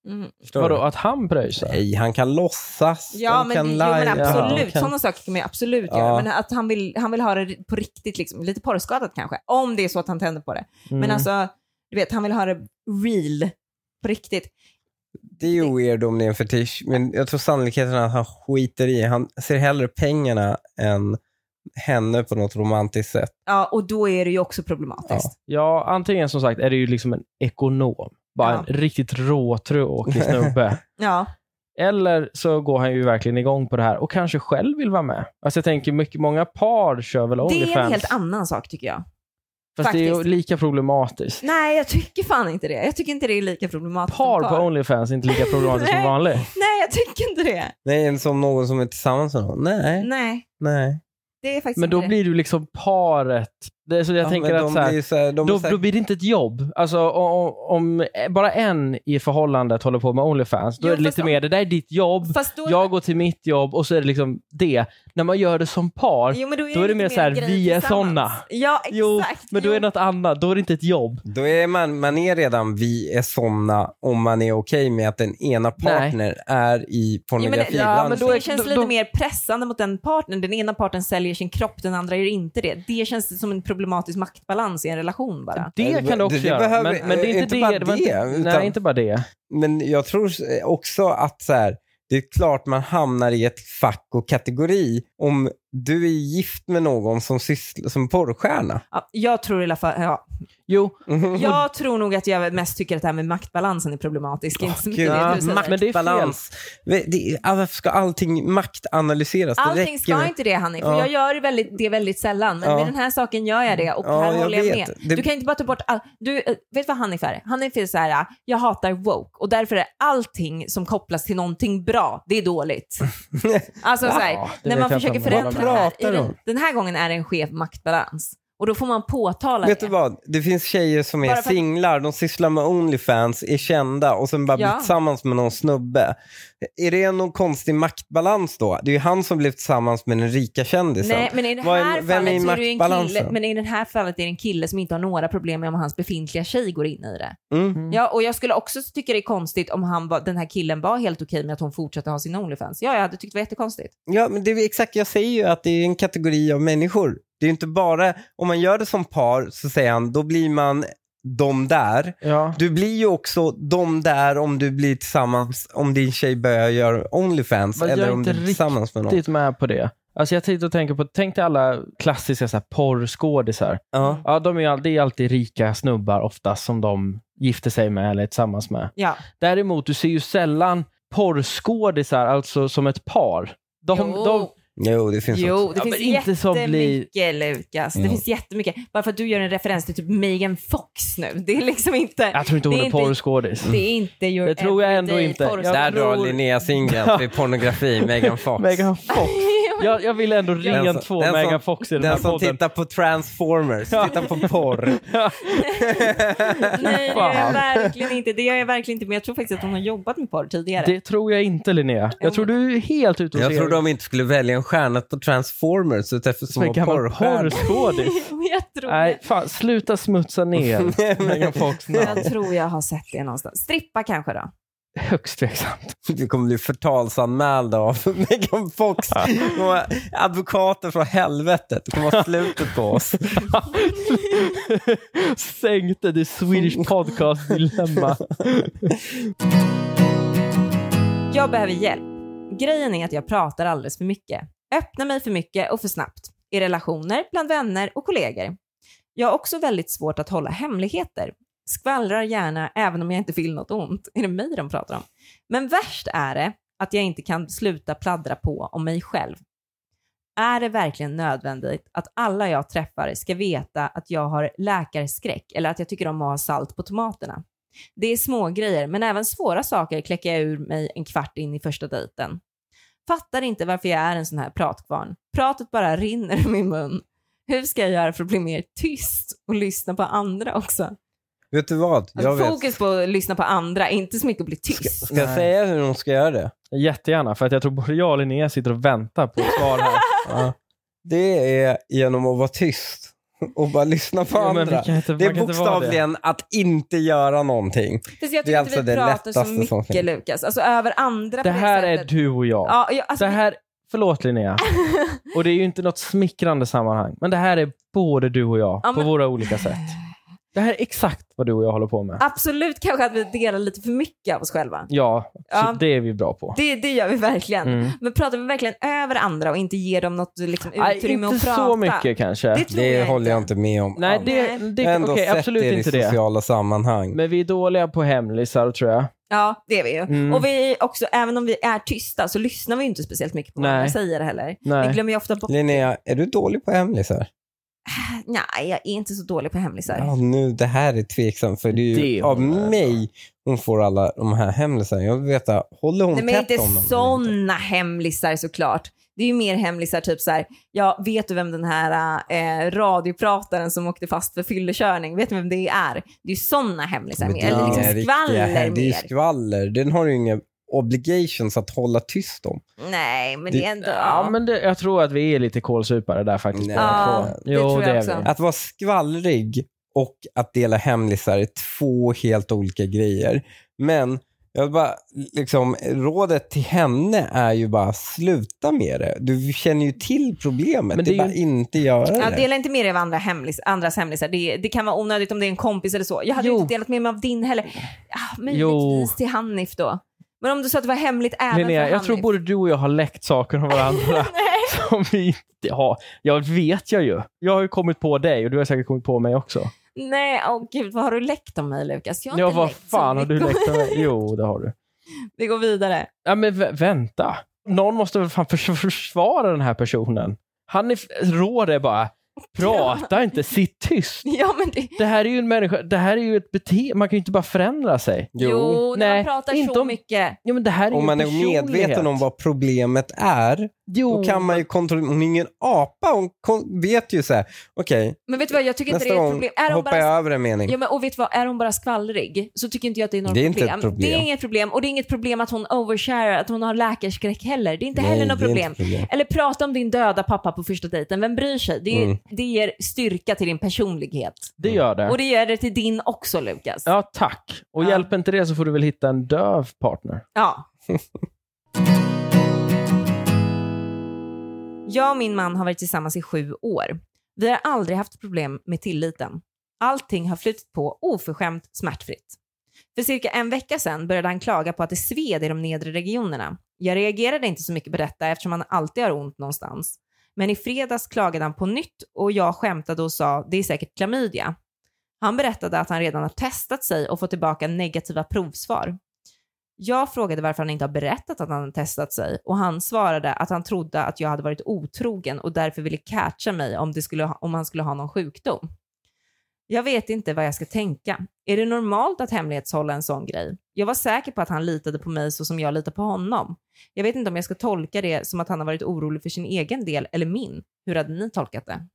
[SPEAKER 3] Mm.
[SPEAKER 1] Förstår
[SPEAKER 2] Vadå,
[SPEAKER 1] du?
[SPEAKER 2] att han pröjsar?
[SPEAKER 1] Nej, han kan låtsas.
[SPEAKER 3] Ja,
[SPEAKER 1] de
[SPEAKER 3] men,
[SPEAKER 1] kan
[SPEAKER 3] jo, men
[SPEAKER 1] lajva.
[SPEAKER 3] absolut.
[SPEAKER 2] Ja.
[SPEAKER 3] Sådana saker kan man ju absolut
[SPEAKER 1] Ja.
[SPEAKER 3] göra. Men att han vill, han vill ha det på riktigt, liksom, lite porrskadat kanske. Om det är så att han tänder på det.
[SPEAKER 2] Mm.
[SPEAKER 3] Men alltså, du vet, han vill ha det real, på riktigt.
[SPEAKER 1] Det är ju weird om det är en fetisch, men jag tror sannolikheten att han skiter i, han ser hellre pengarna än henne på något romantiskt sätt.
[SPEAKER 3] Ja, och då är det ju också problematiskt.
[SPEAKER 2] Ja, antingen som sagt är det ju liksom en ekonom. Bara
[SPEAKER 3] Ja.
[SPEAKER 2] en riktigt råtråkig snubbe.
[SPEAKER 3] Ja,
[SPEAKER 2] Eller så går han ju verkligen igång på det här och kanske själv vill vara med. Alltså jag tänker, mycket, många par kör väl Onlyfans?
[SPEAKER 3] det är en helt annan sak tycker jag.
[SPEAKER 2] Fast det är ju
[SPEAKER 3] faktiskt.
[SPEAKER 2] lika problematiskt.
[SPEAKER 3] Nej, jag tycker fan inte det. Jag tycker inte det är lika problematiskt. som
[SPEAKER 2] Par på Onlyfans är inte lika problematiskt som
[SPEAKER 3] Nej.
[SPEAKER 2] vanligt.
[SPEAKER 3] Nej, jag tycker inte det.
[SPEAKER 1] Nej, en som någon som är tillsammans med någon. Nej,
[SPEAKER 3] Nej,
[SPEAKER 1] nej.
[SPEAKER 3] det är faktiskt
[SPEAKER 2] Men då
[SPEAKER 3] inte det.
[SPEAKER 2] blir du liksom paret. Det, är så jag
[SPEAKER 1] Ja,
[SPEAKER 2] tänker
[SPEAKER 1] men
[SPEAKER 2] att
[SPEAKER 1] de
[SPEAKER 2] så här,
[SPEAKER 1] blir ju så här, de är
[SPEAKER 2] då,
[SPEAKER 1] så här-
[SPEAKER 2] då blir det inte ett jobb. Alltså om, om eh, bara en i förhållandet håller på med Onlyfans, då
[SPEAKER 3] Jo,
[SPEAKER 2] är det
[SPEAKER 3] fast
[SPEAKER 2] lite
[SPEAKER 3] om-
[SPEAKER 2] mer, det där är ditt jobb,
[SPEAKER 3] Fast då...
[SPEAKER 2] jag går till mitt jobb och så är det liksom det. När man gör det som par,
[SPEAKER 3] Jo, men då är
[SPEAKER 2] då är det
[SPEAKER 3] lite
[SPEAKER 2] mer så här,
[SPEAKER 3] grej
[SPEAKER 2] vi är
[SPEAKER 3] tillsammans.
[SPEAKER 2] såna.
[SPEAKER 3] Ja, exakt.
[SPEAKER 2] Jo, men då är det något annat, då är det inte ett jobb.
[SPEAKER 1] Då är man, man är redan vi är somna om man är okej med att den ena partner är i
[SPEAKER 3] Ja, men, det-
[SPEAKER 1] pornografibranschen.
[SPEAKER 3] ja, men
[SPEAKER 2] då
[SPEAKER 3] det
[SPEAKER 2] är-
[SPEAKER 3] känns
[SPEAKER 2] då-
[SPEAKER 3] lite
[SPEAKER 2] då-
[SPEAKER 3] mer pressande mot den partnern. Den ena parten säljer sin kropp, den andra gör inte det. Det känns som en problematisk maktbalans i en relation bara.
[SPEAKER 2] Det
[SPEAKER 1] Nej, det
[SPEAKER 2] kan
[SPEAKER 1] be-
[SPEAKER 2] det också
[SPEAKER 1] det
[SPEAKER 2] göra.
[SPEAKER 1] behöver-
[SPEAKER 2] men, men det är inte,
[SPEAKER 1] inte
[SPEAKER 2] det.
[SPEAKER 1] bara
[SPEAKER 2] det, var inte,
[SPEAKER 1] det, utan-
[SPEAKER 2] Nej, inte bara det.
[SPEAKER 1] Men jag tror eh, också att så här, det är klart man hamnar i ett fack och kategori om du är gift med någon som sysslar som porrstjärna.
[SPEAKER 3] Ja, jag tror i alla fall, ja.
[SPEAKER 2] Jo,
[SPEAKER 3] Jag tror nog att jag mest tycker att det här med maktbalansen är problematiskt. inte så mycket
[SPEAKER 1] Gud,
[SPEAKER 3] det
[SPEAKER 2] ja,
[SPEAKER 3] du säger.
[SPEAKER 2] makt- men det är fel.
[SPEAKER 1] Balans. Men det- ah, Varför ska allting maktanalyseras? Det
[SPEAKER 3] Allting
[SPEAKER 1] räcker
[SPEAKER 3] ska
[SPEAKER 1] med-
[SPEAKER 3] inte det Hanif,
[SPEAKER 1] Ja.
[SPEAKER 3] och jag gör väldigt, det väldigt sällan. Men
[SPEAKER 1] Ja.
[SPEAKER 3] med den här saken gör jag det och
[SPEAKER 1] Ja,
[SPEAKER 3] här
[SPEAKER 1] jag
[SPEAKER 3] håller jag
[SPEAKER 1] vet.
[SPEAKER 3] med.
[SPEAKER 1] Det-
[SPEAKER 3] Du kan inte bara ta bort all... du, eh, Vet du vad Hanif är? Hanif är så här, jag hatar woke och därför är allting som kopplas till någonting bra, det är dåligt. alltså så här,
[SPEAKER 2] Ja, det
[SPEAKER 3] när
[SPEAKER 2] vet
[SPEAKER 3] man
[SPEAKER 2] jag
[SPEAKER 3] försöker
[SPEAKER 2] inte om jag
[SPEAKER 3] förändra det
[SPEAKER 1] håller
[SPEAKER 3] här.
[SPEAKER 1] med.
[SPEAKER 3] I den,
[SPEAKER 1] Pratar
[SPEAKER 3] den här gången är det en skev maktbalans och då får man påtala
[SPEAKER 1] Vet
[SPEAKER 3] det.
[SPEAKER 1] du vad? Det finns tjejer som är
[SPEAKER 3] Bara för att-
[SPEAKER 1] singlar, de sysslar med Onlyfans, är kända och sen bara
[SPEAKER 3] Ja.
[SPEAKER 1] blir tillsammans med någon snubbe. Är det någon konstig maktbalans då? Det är ju han som blev tillsammans med den rika kändisen.
[SPEAKER 3] Nej, men i det
[SPEAKER 1] Vad är-
[SPEAKER 3] här
[SPEAKER 1] vem är i
[SPEAKER 3] fallet så är det ju en
[SPEAKER 1] maktbalansen?
[SPEAKER 3] kille, men i den här fallet är det en kille som inte har några problem med om hans befintliga tjej går in i det.
[SPEAKER 1] Mm.
[SPEAKER 3] Ja, och jag skulle också tycka det är konstigt om han var, den här killen var helt okej med att hon fortsatte ha sin Onlyfans. Ja, jag hade tyckt det var jättekonstigt.
[SPEAKER 1] Ja, men det är exakt. Jag säger ju att det är en kategori av människor. Det är ju inte bara, om man gör det som par så säger han, då blir man de där.
[SPEAKER 2] Ja.
[SPEAKER 1] Du blir ju också de där om du blir tillsammans, om din tjej börjar göra Onlyfans
[SPEAKER 2] Fast jag
[SPEAKER 1] eller
[SPEAKER 2] är
[SPEAKER 1] om
[SPEAKER 2] inte
[SPEAKER 1] du blir tillsammans med någon.
[SPEAKER 2] riktigt med på det. Alltså jag sitter och tänker på, tänk dig alla klassiska så här porrskådisar.
[SPEAKER 1] Ja.
[SPEAKER 2] Ja, de är ju all- det är alltid rika snubbar oftast som de gifter sig med eller är tillsammans med.
[SPEAKER 3] Ja.
[SPEAKER 2] Däremot, du ser ju sällan porrskådisar, alltså som ett par. De,
[SPEAKER 3] jo,
[SPEAKER 2] de,
[SPEAKER 1] Jo, det finns också.
[SPEAKER 3] jo, det
[SPEAKER 2] Ja,
[SPEAKER 3] finns
[SPEAKER 2] men inte Mm. som
[SPEAKER 3] jättemycket Lukas. Det
[SPEAKER 1] Jo.
[SPEAKER 3] finns jättemycket. Bara för att du gör en referens till typ Megan Fox nu. Det är liksom inte...
[SPEAKER 2] jag tror inte hon
[SPEAKER 3] Det
[SPEAKER 2] är,
[SPEAKER 3] är inte-
[SPEAKER 2] porrskådis.
[SPEAKER 3] Det är inte your
[SPEAKER 2] Det tror jag ändå
[SPEAKER 3] everyday
[SPEAKER 2] inte.
[SPEAKER 3] porr.
[SPEAKER 2] Jag-
[SPEAKER 1] Där drar
[SPEAKER 2] tror-
[SPEAKER 1] Linnea sin gräns vid pornografi, Megan Fox.
[SPEAKER 2] Megan Fox. Jag, jag vill ändå ringa
[SPEAKER 1] Den som-
[SPEAKER 2] två
[SPEAKER 1] den som-
[SPEAKER 2] Megan Fox i den,
[SPEAKER 1] Den
[SPEAKER 2] här
[SPEAKER 1] som
[SPEAKER 2] podden.
[SPEAKER 1] tittar på Transformers, tittar på porr.
[SPEAKER 3] Nej, det gör jag
[SPEAKER 2] Fan.
[SPEAKER 3] verkligen inte. Det gör jag verkligen inte. Men jag tror faktiskt att hon har jobbat med porr tidigare.
[SPEAKER 2] Det tror jag inte Linnea. Jag tror du är helt ute och
[SPEAKER 1] Jag
[SPEAKER 2] ser.
[SPEAKER 1] tror de inte skulle välja en stjärna på Transformers
[SPEAKER 2] som
[SPEAKER 1] eftersom
[SPEAKER 2] en
[SPEAKER 1] hon var
[SPEAKER 2] gammal
[SPEAKER 1] porrstjärna.
[SPEAKER 2] porrskådis.
[SPEAKER 3] jag tror
[SPEAKER 2] Nej, fan, sluta smutsa ner Megan Fox namn.
[SPEAKER 3] Jag tror jag har sett det någonstans. Strippa kanske då?
[SPEAKER 2] Högst tveksamt.
[SPEAKER 1] Du kommer bli förtalsanmäld av Megan Fox. Du kommer vara Advokater från helvetet. Det kommer vara slutet på oss.
[SPEAKER 2] Sänkte det Swedish podcast dilemma.
[SPEAKER 3] Jag behöver hjälp. Grejen är att jag pratar alldeles för mycket. Öppnar mig för mycket och för snabbt. I relationer, bland vänner och kollegor. Jag har också väldigt svårt att hålla hemligheter. Skvallrar gärna även om jag inte vill något ont. Är det mig de pratar om? Men värst är det att jag inte kan sluta pladdra på om mig själv. är det verkligen nödvändigt att alla jag träffar ska veta att jag har läkarskräck eller att jag tycker om att ha salt på tomaterna? Det är små grejer, men även svåra saker kläcker jag ur mig en kvart in i första dejten. Fattar inte varför jag är en sån här pratkvarn. Pratet bara rinner ur min mun. Hur ska jag göra för att bli mer tyst och lyssna på andra också?
[SPEAKER 1] Vet du vad? Jag
[SPEAKER 3] Alltså,
[SPEAKER 1] vet.
[SPEAKER 3] fokus på att lyssna på andra, inte så mycket att bli tyst.
[SPEAKER 1] Ska Mm. jag
[SPEAKER 2] Nej.
[SPEAKER 1] säga hur hon ska göra det?
[SPEAKER 2] Jättegärna, för att jag tror både jag och Linnea sitter och väntar på ett svar här.
[SPEAKER 1] Ja. Det är genom att vara tyst och bara lyssna på
[SPEAKER 2] Jo, men vi
[SPEAKER 1] andra.
[SPEAKER 2] kan inte-
[SPEAKER 1] Det
[SPEAKER 2] man
[SPEAKER 1] är
[SPEAKER 2] kan inte vara det.
[SPEAKER 1] bokstavligen att inte göra någonting.
[SPEAKER 3] Fast jag
[SPEAKER 1] Det är
[SPEAKER 3] tycker
[SPEAKER 1] alltså
[SPEAKER 3] inte
[SPEAKER 1] det
[SPEAKER 3] vi pratar så
[SPEAKER 1] lättaste som
[SPEAKER 3] mycket
[SPEAKER 1] finns.
[SPEAKER 3] Lukas, alltså över andra
[SPEAKER 2] Det
[SPEAKER 3] på
[SPEAKER 2] här är
[SPEAKER 3] sättet.
[SPEAKER 2] du och jag.
[SPEAKER 3] Ja, jag, alltså,
[SPEAKER 2] Det här, förlåt Linnea, och det är ju inte något smickrande sammanhang, men det här är både du och jag
[SPEAKER 3] Ja,
[SPEAKER 2] på
[SPEAKER 3] men-
[SPEAKER 2] våra olika sätt. Det här är exakt vad du och jag håller på med.
[SPEAKER 3] Absolut kanske att vi delar lite för mycket av oss själva.
[SPEAKER 2] Ja, så
[SPEAKER 3] Ja.
[SPEAKER 2] det är vi bra på.
[SPEAKER 3] Det, det gör vi verkligen.
[SPEAKER 2] Mm.
[SPEAKER 3] Men pratar vi verkligen över andra och inte ger dem något liksom,
[SPEAKER 2] Nej,
[SPEAKER 3] utrymme
[SPEAKER 2] inte
[SPEAKER 3] att prata?
[SPEAKER 2] så mycket kanske.
[SPEAKER 3] Det tror
[SPEAKER 1] Det
[SPEAKER 3] jag
[SPEAKER 1] håller
[SPEAKER 3] inte.
[SPEAKER 1] jag inte med om
[SPEAKER 2] Nej,
[SPEAKER 1] alls.
[SPEAKER 2] det,
[SPEAKER 3] Nej.
[SPEAKER 2] det,
[SPEAKER 1] Ändå
[SPEAKER 2] okej,
[SPEAKER 1] sett
[SPEAKER 2] absolut
[SPEAKER 1] er
[SPEAKER 2] inte
[SPEAKER 1] i
[SPEAKER 2] det.
[SPEAKER 1] sociala sammanhang.
[SPEAKER 2] Men vi är dåliga på hemlisar tror jag.
[SPEAKER 3] Ja, det är vi ju.
[SPEAKER 2] Mm.
[SPEAKER 3] Och vi är också, även om vi är tysta så lyssnar vi ju inte speciellt mycket på vad
[SPEAKER 2] Nej.
[SPEAKER 3] andra säger heller. Vi
[SPEAKER 2] Nej.
[SPEAKER 3] glömmer ju ofta bort...
[SPEAKER 1] Linnea, är du dålig på hemlisar?
[SPEAKER 3] Nej, jag är inte så dålig på hemlisar.
[SPEAKER 1] Ja, nu, det här är tveksamt, för det är ju
[SPEAKER 2] Det
[SPEAKER 1] av
[SPEAKER 2] håller jag
[SPEAKER 1] mig hon får alla de här hemlisarna. Jag vill veta, håller hon
[SPEAKER 3] Nej, men
[SPEAKER 1] tätt
[SPEAKER 3] inte
[SPEAKER 1] om dem? eller inte?
[SPEAKER 3] sådana hemlisar såklart. Det är ju mer hemlisar typ så här, ja, vet du vem den här eh, radioprataren som åkte fast för fyllekörning, vet du vem det är? Det är ju sådana hemlisar
[SPEAKER 1] Men
[SPEAKER 3] mer,
[SPEAKER 1] det är
[SPEAKER 3] eller
[SPEAKER 1] inga
[SPEAKER 3] liksom
[SPEAKER 1] riktiga
[SPEAKER 3] skvaller
[SPEAKER 1] hem- Det är ju
[SPEAKER 3] mer.
[SPEAKER 1] skvaller. Den har ju inga obligations att hålla tyst om.
[SPEAKER 3] Nej, men det är ändå,
[SPEAKER 2] Ja, men det, jag tror att vi är lite kålsupare där faktiskt.
[SPEAKER 1] Nej.
[SPEAKER 2] båda
[SPEAKER 1] Ja,
[SPEAKER 2] två.
[SPEAKER 3] det
[SPEAKER 2] jo,
[SPEAKER 3] tror jag
[SPEAKER 2] det är
[SPEAKER 3] också.
[SPEAKER 2] vi.
[SPEAKER 1] Att vara skvallrig och att dela hemlisar är två helt olika grejer. Men jag vill bara, liksom, rådet till henne är ju bara sluta med det. Du känner ju till problemet.
[SPEAKER 2] Men
[SPEAKER 1] det,
[SPEAKER 2] det
[SPEAKER 1] är
[SPEAKER 2] är
[SPEAKER 1] bara
[SPEAKER 2] ju-
[SPEAKER 1] inte göra
[SPEAKER 3] Ja,
[SPEAKER 1] det.
[SPEAKER 3] dela inte med dig av andra hemlis, andras hemlisar. Det, det kan vara onödigt om det är en kompis eller så. Jag hade
[SPEAKER 2] Jo.
[SPEAKER 3] ju inte delat med mig av din heller. Ah,
[SPEAKER 2] Jo.
[SPEAKER 3] möjligtvis till Hanif då. Men om du sa att det var hemligt även
[SPEAKER 2] Linnea,
[SPEAKER 3] för
[SPEAKER 2] jag
[SPEAKER 3] Hanif.
[SPEAKER 2] tror både du och jag har läckt saker om varandra som vi inte har. Jag vet jag ju. Jag har ju kommit på dig och du har säkert kommit på mig också.
[SPEAKER 3] Nej, åh gud, vad har du läckt om mig Lukas? Jag har
[SPEAKER 2] Ja,
[SPEAKER 3] inte
[SPEAKER 2] vad
[SPEAKER 3] läckt så
[SPEAKER 2] fan har du
[SPEAKER 3] mycket.
[SPEAKER 2] läckt om mig? Jo, det har du.
[SPEAKER 3] Vi går vidare.
[SPEAKER 2] Ja, men vä- vänta. Någon måste väl fan förs- försvara den här personen. Han är f- råd är bara, prata inte, sitt tyst.
[SPEAKER 3] Ja, men det...
[SPEAKER 2] Det här är ju en människa, det här är ju ett beteende, man kan ju inte bara förändra sig.
[SPEAKER 3] Jo, när
[SPEAKER 2] nej,
[SPEAKER 3] man pratar
[SPEAKER 2] inte
[SPEAKER 3] så
[SPEAKER 2] om-
[SPEAKER 3] mycket.
[SPEAKER 2] Ja, men det här är
[SPEAKER 1] Om
[SPEAKER 2] ju
[SPEAKER 1] man är
[SPEAKER 2] personlighet.
[SPEAKER 1] medveten om vad problemet är,
[SPEAKER 2] Jo,
[SPEAKER 3] Oh.
[SPEAKER 1] då kan man ju kontrollera. Hon är ingen apa. Hon kon- vet ju så här, okej,
[SPEAKER 3] Men vet du vad, jag tycker inte
[SPEAKER 1] nästa
[SPEAKER 3] det är
[SPEAKER 1] gång
[SPEAKER 3] ett problem. Är hon
[SPEAKER 1] hoppar jag
[SPEAKER 3] bara...
[SPEAKER 1] över en mening.
[SPEAKER 3] Ja, men, och vet du vad, är hon bara skvallrig så tycker inte jag att det är något
[SPEAKER 1] Det är inte
[SPEAKER 3] problem.
[SPEAKER 1] ett problem.
[SPEAKER 3] Det är inget problem. Och det är inget problem att hon oversharar, att hon har läkarskräck heller. Det är inte heller något
[SPEAKER 1] det är
[SPEAKER 3] problem.
[SPEAKER 1] inte problem.
[SPEAKER 3] Eller prata om din döda pappa på första dejten. Vem bryr sig? Det, är,
[SPEAKER 1] Mm.
[SPEAKER 3] det ger styrka till din personlighet.
[SPEAKER 2] det gör det.
[SPEAKER 3] Och det gör det till din också Lukas.
[SPEAKER 2] Ja, tack. Och
[SPEAKER 3] Ja.
[SPEAKER 2] hjälper inte det så får du väl hitta en döv partner.
[SPEAKER 3] Ja. Jag och min man har varit tillsammans i sju år. Vi har aldrig haft problem med tilliten. Allting har flutit på oförskämt smärtfritt. För cirka en vecka sedan började han klaga på att det sved i de nedre regionerna. Jag reagerade inte så mycket på detta eftersom han alltid har ont någonstans. Men i fredags klagade han på nytt och jag skämtade och sa det är säkert klamydia. Han berättade att han redan har testat sig och fått tillbaka negativa provsvar. Jag frågade varför han inte har berättat att han hade testat sig och han svarade att han trodde att jag hade varit otrogen och därför ville catcha mig om, det skulle, ha- om han skulle ha någon sjukdom. Jag vet inte vad jag ska tänka. Är det normalt att hemlighetshålla en sån grej? Jag var säker på att han litade på mig så som jag litar på honom. Jag vet inte om jag ska tolka det som att han har varit orolig för sin egen del eller min. Hur hade ni tolkat det?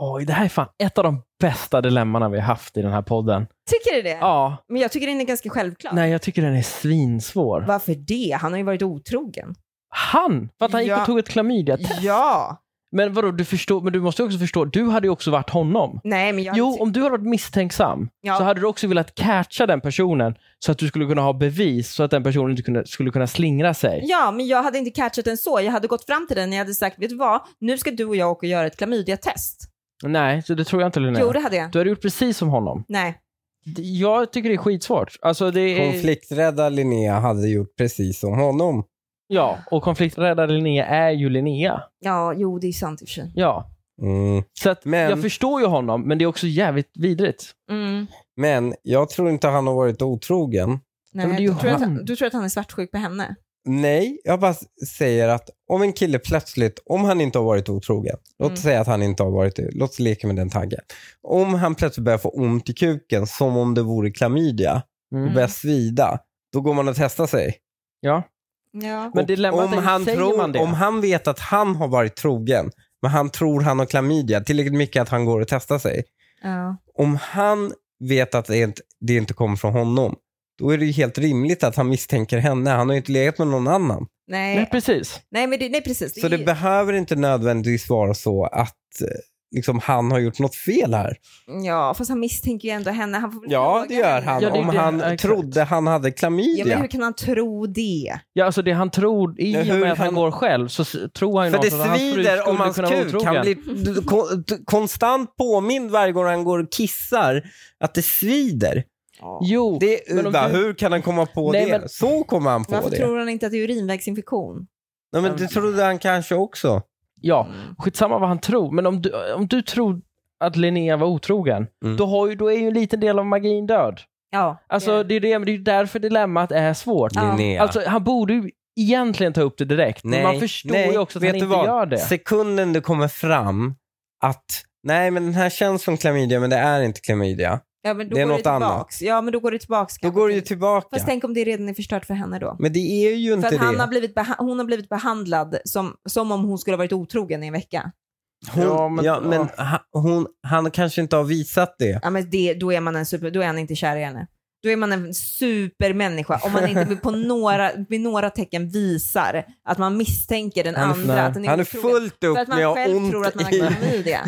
[SPEAKER 2] Oj, det här är fan ett av de bästa dilemmana vi har haft i den här podden.
[SPEAKER 3] Tycker du det?
[SPEAKER 2] Ja,
[SPEAKER 3] Men jag tycker den är ganska självklar.
[SPEAKER 2] nej jag tycker den är svinsvår.
[SPEAKER 3] Varför det? Han har ju varit otrogen.
[SPEAKER 2] Han! För att han gick
[SPEAKER 3] Ja.
[SPEAKER 2] och tog ett klamydia
[SPEAKER 3] Ja!
[SPEAKER 2] Men vadå, du förstår, men du måste ju också förstå, du hade ju också varit honom.
[SPEAKER 3] Nej, men jag
[SPEAKER 2] Jo, om du hade varit misstänksam
[SPEAKER 3] typ. Ja.
[SPEAKER 2] så hade du också velat catcha den personen så att du skulle kunna ha bevis så att den personen inte kunde, skulle kunna slingra sig.
[SPEAKER 3] Ja, men jag hade inte catchat den så. Jag hade gått fram till den och jag hade sagt, vet du vad, nu ska du och jag åka och göra ett klamydiatest.
[SPEAKER 2] Nej, så det tror jag inte Linnea.
[SPEAKER 3] Jo, det hade jag.
[SPEAKER 2] Du hade gjort precis som honom.
[SPEAKER 3] Nej.
[SPEAKER 2] D- Jag tycker det är skitsvårt. Alltså det
[SPEAKER 3] Eh.
[SPEAKER 2] är,
[SPEAKER 1] Konflikträdda Linnea hade gjort precis som honom.
[SPEAKER 2] Ja, och konflikträdda Linnea är ju Linnea.
[SPEAKER 3] Ja, jo, det är sant i och för sig.
[SPEAKER 2] Ja.
[SPEAKER 1] Mm.
[SPEAKER 2] Så att
[SPEAKER 1] Men-
[SPEAKER 2] jag förstår ju honom, men det är också jävligt vidrigt.
[SPEAKER 3] Mm.
[SPEAKER 1] Men jag tror inte han har varit otrogen.
[SPEAKER 3] Nej,
[SPEAKER 2] men det är ju
[SPEAKER 3] du, tror att,
[SPEAKER 2] han.
[SPEAKER 3] han- du tror att han är svartsjuk på henne?
[SPEAKER 1] Nej, jag bara säger att om en kille plötsligt, om han inte har varit otrogen, låt
[SPEAKER 3] Mm.
[SPEAKER 1] säga att han inte har varit det, låt oss leka med den taggen. Om han plötsligt börjar få ont i kuken som om det vore klamydia och
[SPEAKER 2] Mm.
[SPEAKER 1] börjar svida, då går man och testar sig.
[SPEAKER 2] Ja.
[SPEAKER 3] Ja.
[SPEAKER 2] Men
[SPEAKER 1] Och
[SPEAKER 2] dilemmat
[SPEAKER 1] om
[SPEAKER 2] är ju,
[SPEAKER 1] han,
[SPEAKER 2] säger
[SPEAKER 1] tror,
[SPEAKER 2] man det?
[SPEAKER 1] om han vet att han har varit trogen, men han tror han har klamydia, tillräckligt mycket att han går och testar sig.
[SPEAKER 3] Ja.
[SPEAKER 1] Om han vet att det inte, det inte kommer från honom, då är det ju helt rimligt att han misstänker henne. Han har ju inte legat med någon annan.
[SPEAKER 2] Nej,
[SPEAKER 3] Nej.
[SPEAKER 2] precis.
[SPEAKER 3] Nej, men det, nej, precis.
[SPEAKER 1] Så det behöver inte nödvändigtvis vara så att eh, liksom, han har gjort något fel här.
[SPEAKER 3] ja, fast han misstänker ju ändå henne. Han får väl
[SPEAKER 1] Ja,
[SPEAKER 3] fråga
[SPEAKER 1] det gör
[SPEAKER 3] henne.
[SPEAKER 1] han.
[SPEAKER 2] Ja, det är
[SPEAKER 1] Om
[SPEAKER 2] det.
[SPEAKER 1] han
[SPEAKER 2] Exakt.
[SPEAKER 1] trodde han hade
[SPEAKER 3] Ja, men
[SPEAKER 1] klamydia.
[SPEAKER 3] hur kan han tro det?
[SPEAKER 2] Ja, alltså det han tror, i och
[SPEAKER 1] Men hur
[SPEAKER 2] med att han
[SPEAKER 1] han-
[SPEAKER 2] går själv, så s- tror han ju
[SPEAKER 1] För det
[SPEAKER 2] någonstans att hans fru
[SPEAKER 1] svider om
[SPEAKER 2] skulle
[SPEAKER 1] hans
[SPEAKER 2] kunna vara
[SPEAKER 1] kuk.
[SPEAKER 2] otrogen.
[SPEAKER 1] Han blir d- kon- d- konstant påmind varje gång han går och kissar att det svider.
[SPEAKER 2] Jo,
[SPEAKER 1] Det,
[SPEAKER 2] Men
[SPEAKER 1] är
[SPEAKER 2] om
[SPEAKER 1] bara,
[SPEAKER 2] du-
[SPEAKER 1] hur kan han komma på
[SPEAKER 2] Nej,
[SPEAKER 1] det?
[SPEAKER 2] men-
[SPEAKER 1] Så kommer han på
[SPEAKER 3] Varför
[SPEAKER 1] det.
[SPEAKER 3] tror han inte att det är urinvägsinfektion?
[SPEAKER 1] Nej, men det trodde han kanske också.
[SPEAKER 2] ja, skitsamma vad han tror. Men om du, om du tror att Linnea var otrogen,
[SPEAKER 1] Mm.
[SPEAKER 2] då, har ju, då är ju en liten del av magin död.
[SPEAKER 3] Ja.
[SPEAKER 2] Alltså det är, det, men det är ju därför dilemmat är svårt.
[SPEAKER 3] Ja.
[SPEAKER 1] Linnea.
[SPEAKER 2] Alltså han borde ju egentligen ta upp det direkt, men man förstår ju också att
[SPEAKER 1] vet
[SPEAKER 2] han
[SPEAKER 1] du
[SPEAKER 2] inte
[SPEAKER 1] vad?
[SPEAKER 2] gör det.
[SPEAKER 1] Sekunden det kommer fram att nej, men den här känns som klamydia, men det är inte klamydia.
[SPEAKER 3] ja, men då
[SPEAKER 1] det är
[SPEAKER 3] går
[SPEAKER 1] något
[SPEAKER 3] det tillbaks.
[SPEAKER 1] annat.
[SPEAKER 3] Ja, men då går det tillbaks.
[SPEAKER 1] Då
[SPEAKER 3] kanske.
[SPEAKER 1] går det ju tillbaka.
[SPEAKER 3] Fast tänk om det redan är förstört för henne då?
[SPEAKER 1] Men det är ju
[SPEAKER 3] För
[SPEAKER 1] inte
[SPEAKER 3] att han har
[SPEAKER 1] det.
[SPEAKER 3] blivit beha- hon har blivit behandlad som, som om hon skulle ha varit otrogen i en vecka.
[SPEAKER 1] Hon,
[SPEAKER 2] Ja,
[SPEAKER 1] ja,
[SPEAKER 2] men-
[SPEAKER 1] men, ha- hon, han kanske inte har visat det.
[SPEAKER 3] Ja, men det, då, är man en super, då är han inte kär i henne. Då är man en supermänniska om man inte på några, med några tecken visar att man misstänker den
[SPEAKER 1] Han är-
[SPEAKER 3] andra. att den är
[SPEAKER 1] Han är
[SPEAKER 3] otrogen.
[SPEAKER 1] fullt
[SPEAKER 3] För
[SPEAKER 1] upp
[SPEAKER 3] att
[SPEAKER 1] med
[SPEAKER 3] man
[SPEAKER 1] att ha
[SPEAKER 3] själv tror
[SPEAKER 1] ont
[SPEAKER 3] att man har
[SPEAKER 1] i...
[SPEAKER 3] klamydia.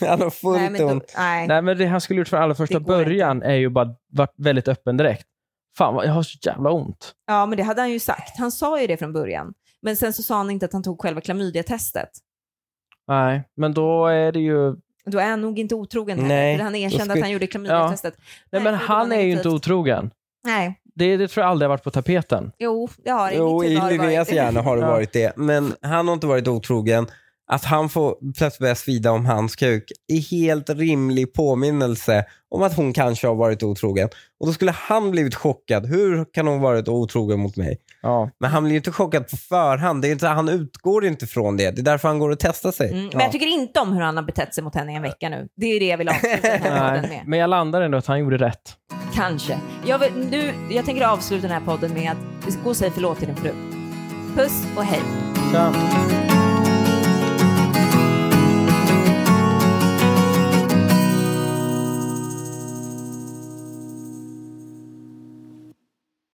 [SPEAKER 1] Han har fullt
[SPEAKER 3] nej, men då,
[SPEAKER 1] ont.
[SPEAKER 3] nej.
[SPEAKER 2] Nej, men det han skulle gjort från allra första
[SPEAKER 3] Det går inte.
[SPEAKER 2] början är ju bara varit väldigt öppen direkt. Fan, vad- jag har så jävla ont.
[SPEAKER 3] Ja, men det hade han ju sagt. Han sa ju det från början. Men sen så sa han inte att han tog själva klamydiatestet.
[SPEAKER 2] Nej, men då är det ju...
[SPEAKER 3] Då är han nog inte otrogen heller,
[SPEAKER 1] Nej,
[SPEAKER 3] för han
[SPEAKER 1] då
[SPEAKER 3] erkände
[SPEAKER 1] ska-
[SPEAKER 3] att han gjorde klamydiatestet.
[SPEAKER 2] Nej,
[SPEAKER 3] Nej,
[SPEAKER 2] men
[SPEAKER 3] det var
[SPEAKER 2] han är ju inte
[SPEAKER 3] negativt.
[SPEAKER 2] otrogen.
[SPEAKER 3] Nej,
[SPEAKER 2] Det, det tror jag aldrig har varit på tapeten.
[SPEAKER 3] jo, det har det.
[SPEAKER 1] Jo,
[SPEAKER 3] Mitt huvud
[SPEAKER 1] i
[SPEAKER 3] har det varit.
[SPEAKER 1] Linneas hjärna har det
[SPEAKER 2] Ja.
[SPEAKER 1] varit det. Men han har inte varit otrogen. Att han får plötsligt börja svida om hans kuk är helt rimlig påminnelse om att hon kanske har varit otrogen. Och då skulle han blivit chockad. Hur kan hon varit otrogen mot mig?
[SPEAKER 2] Ja.
[SPEAKER 1] Men han blir ju inte chockad på förhand. Det är inte, han utgår inte från det. Det är därför han går och testar sig.
[SPEAKER 3] Mm, men
[SPEAKER 2] Ja.
[SPEAKER 3] jag tycker inte om hur han har betett sig mot henne i en vecka nu. Det är det jag vill avsluta den här podden
[SPEAKER 2] Nej,
[SPEAKER 3] med.
[SPEAKER 2] men jag landar ändå att han gjorde rätt.
[SPEAKER 3] Kanske. Jag, vill, nu, jag tänker avsluta den här podden med att gå och säga förlåt till din fru. Puss och hej.
[SPEAKER 2] Så.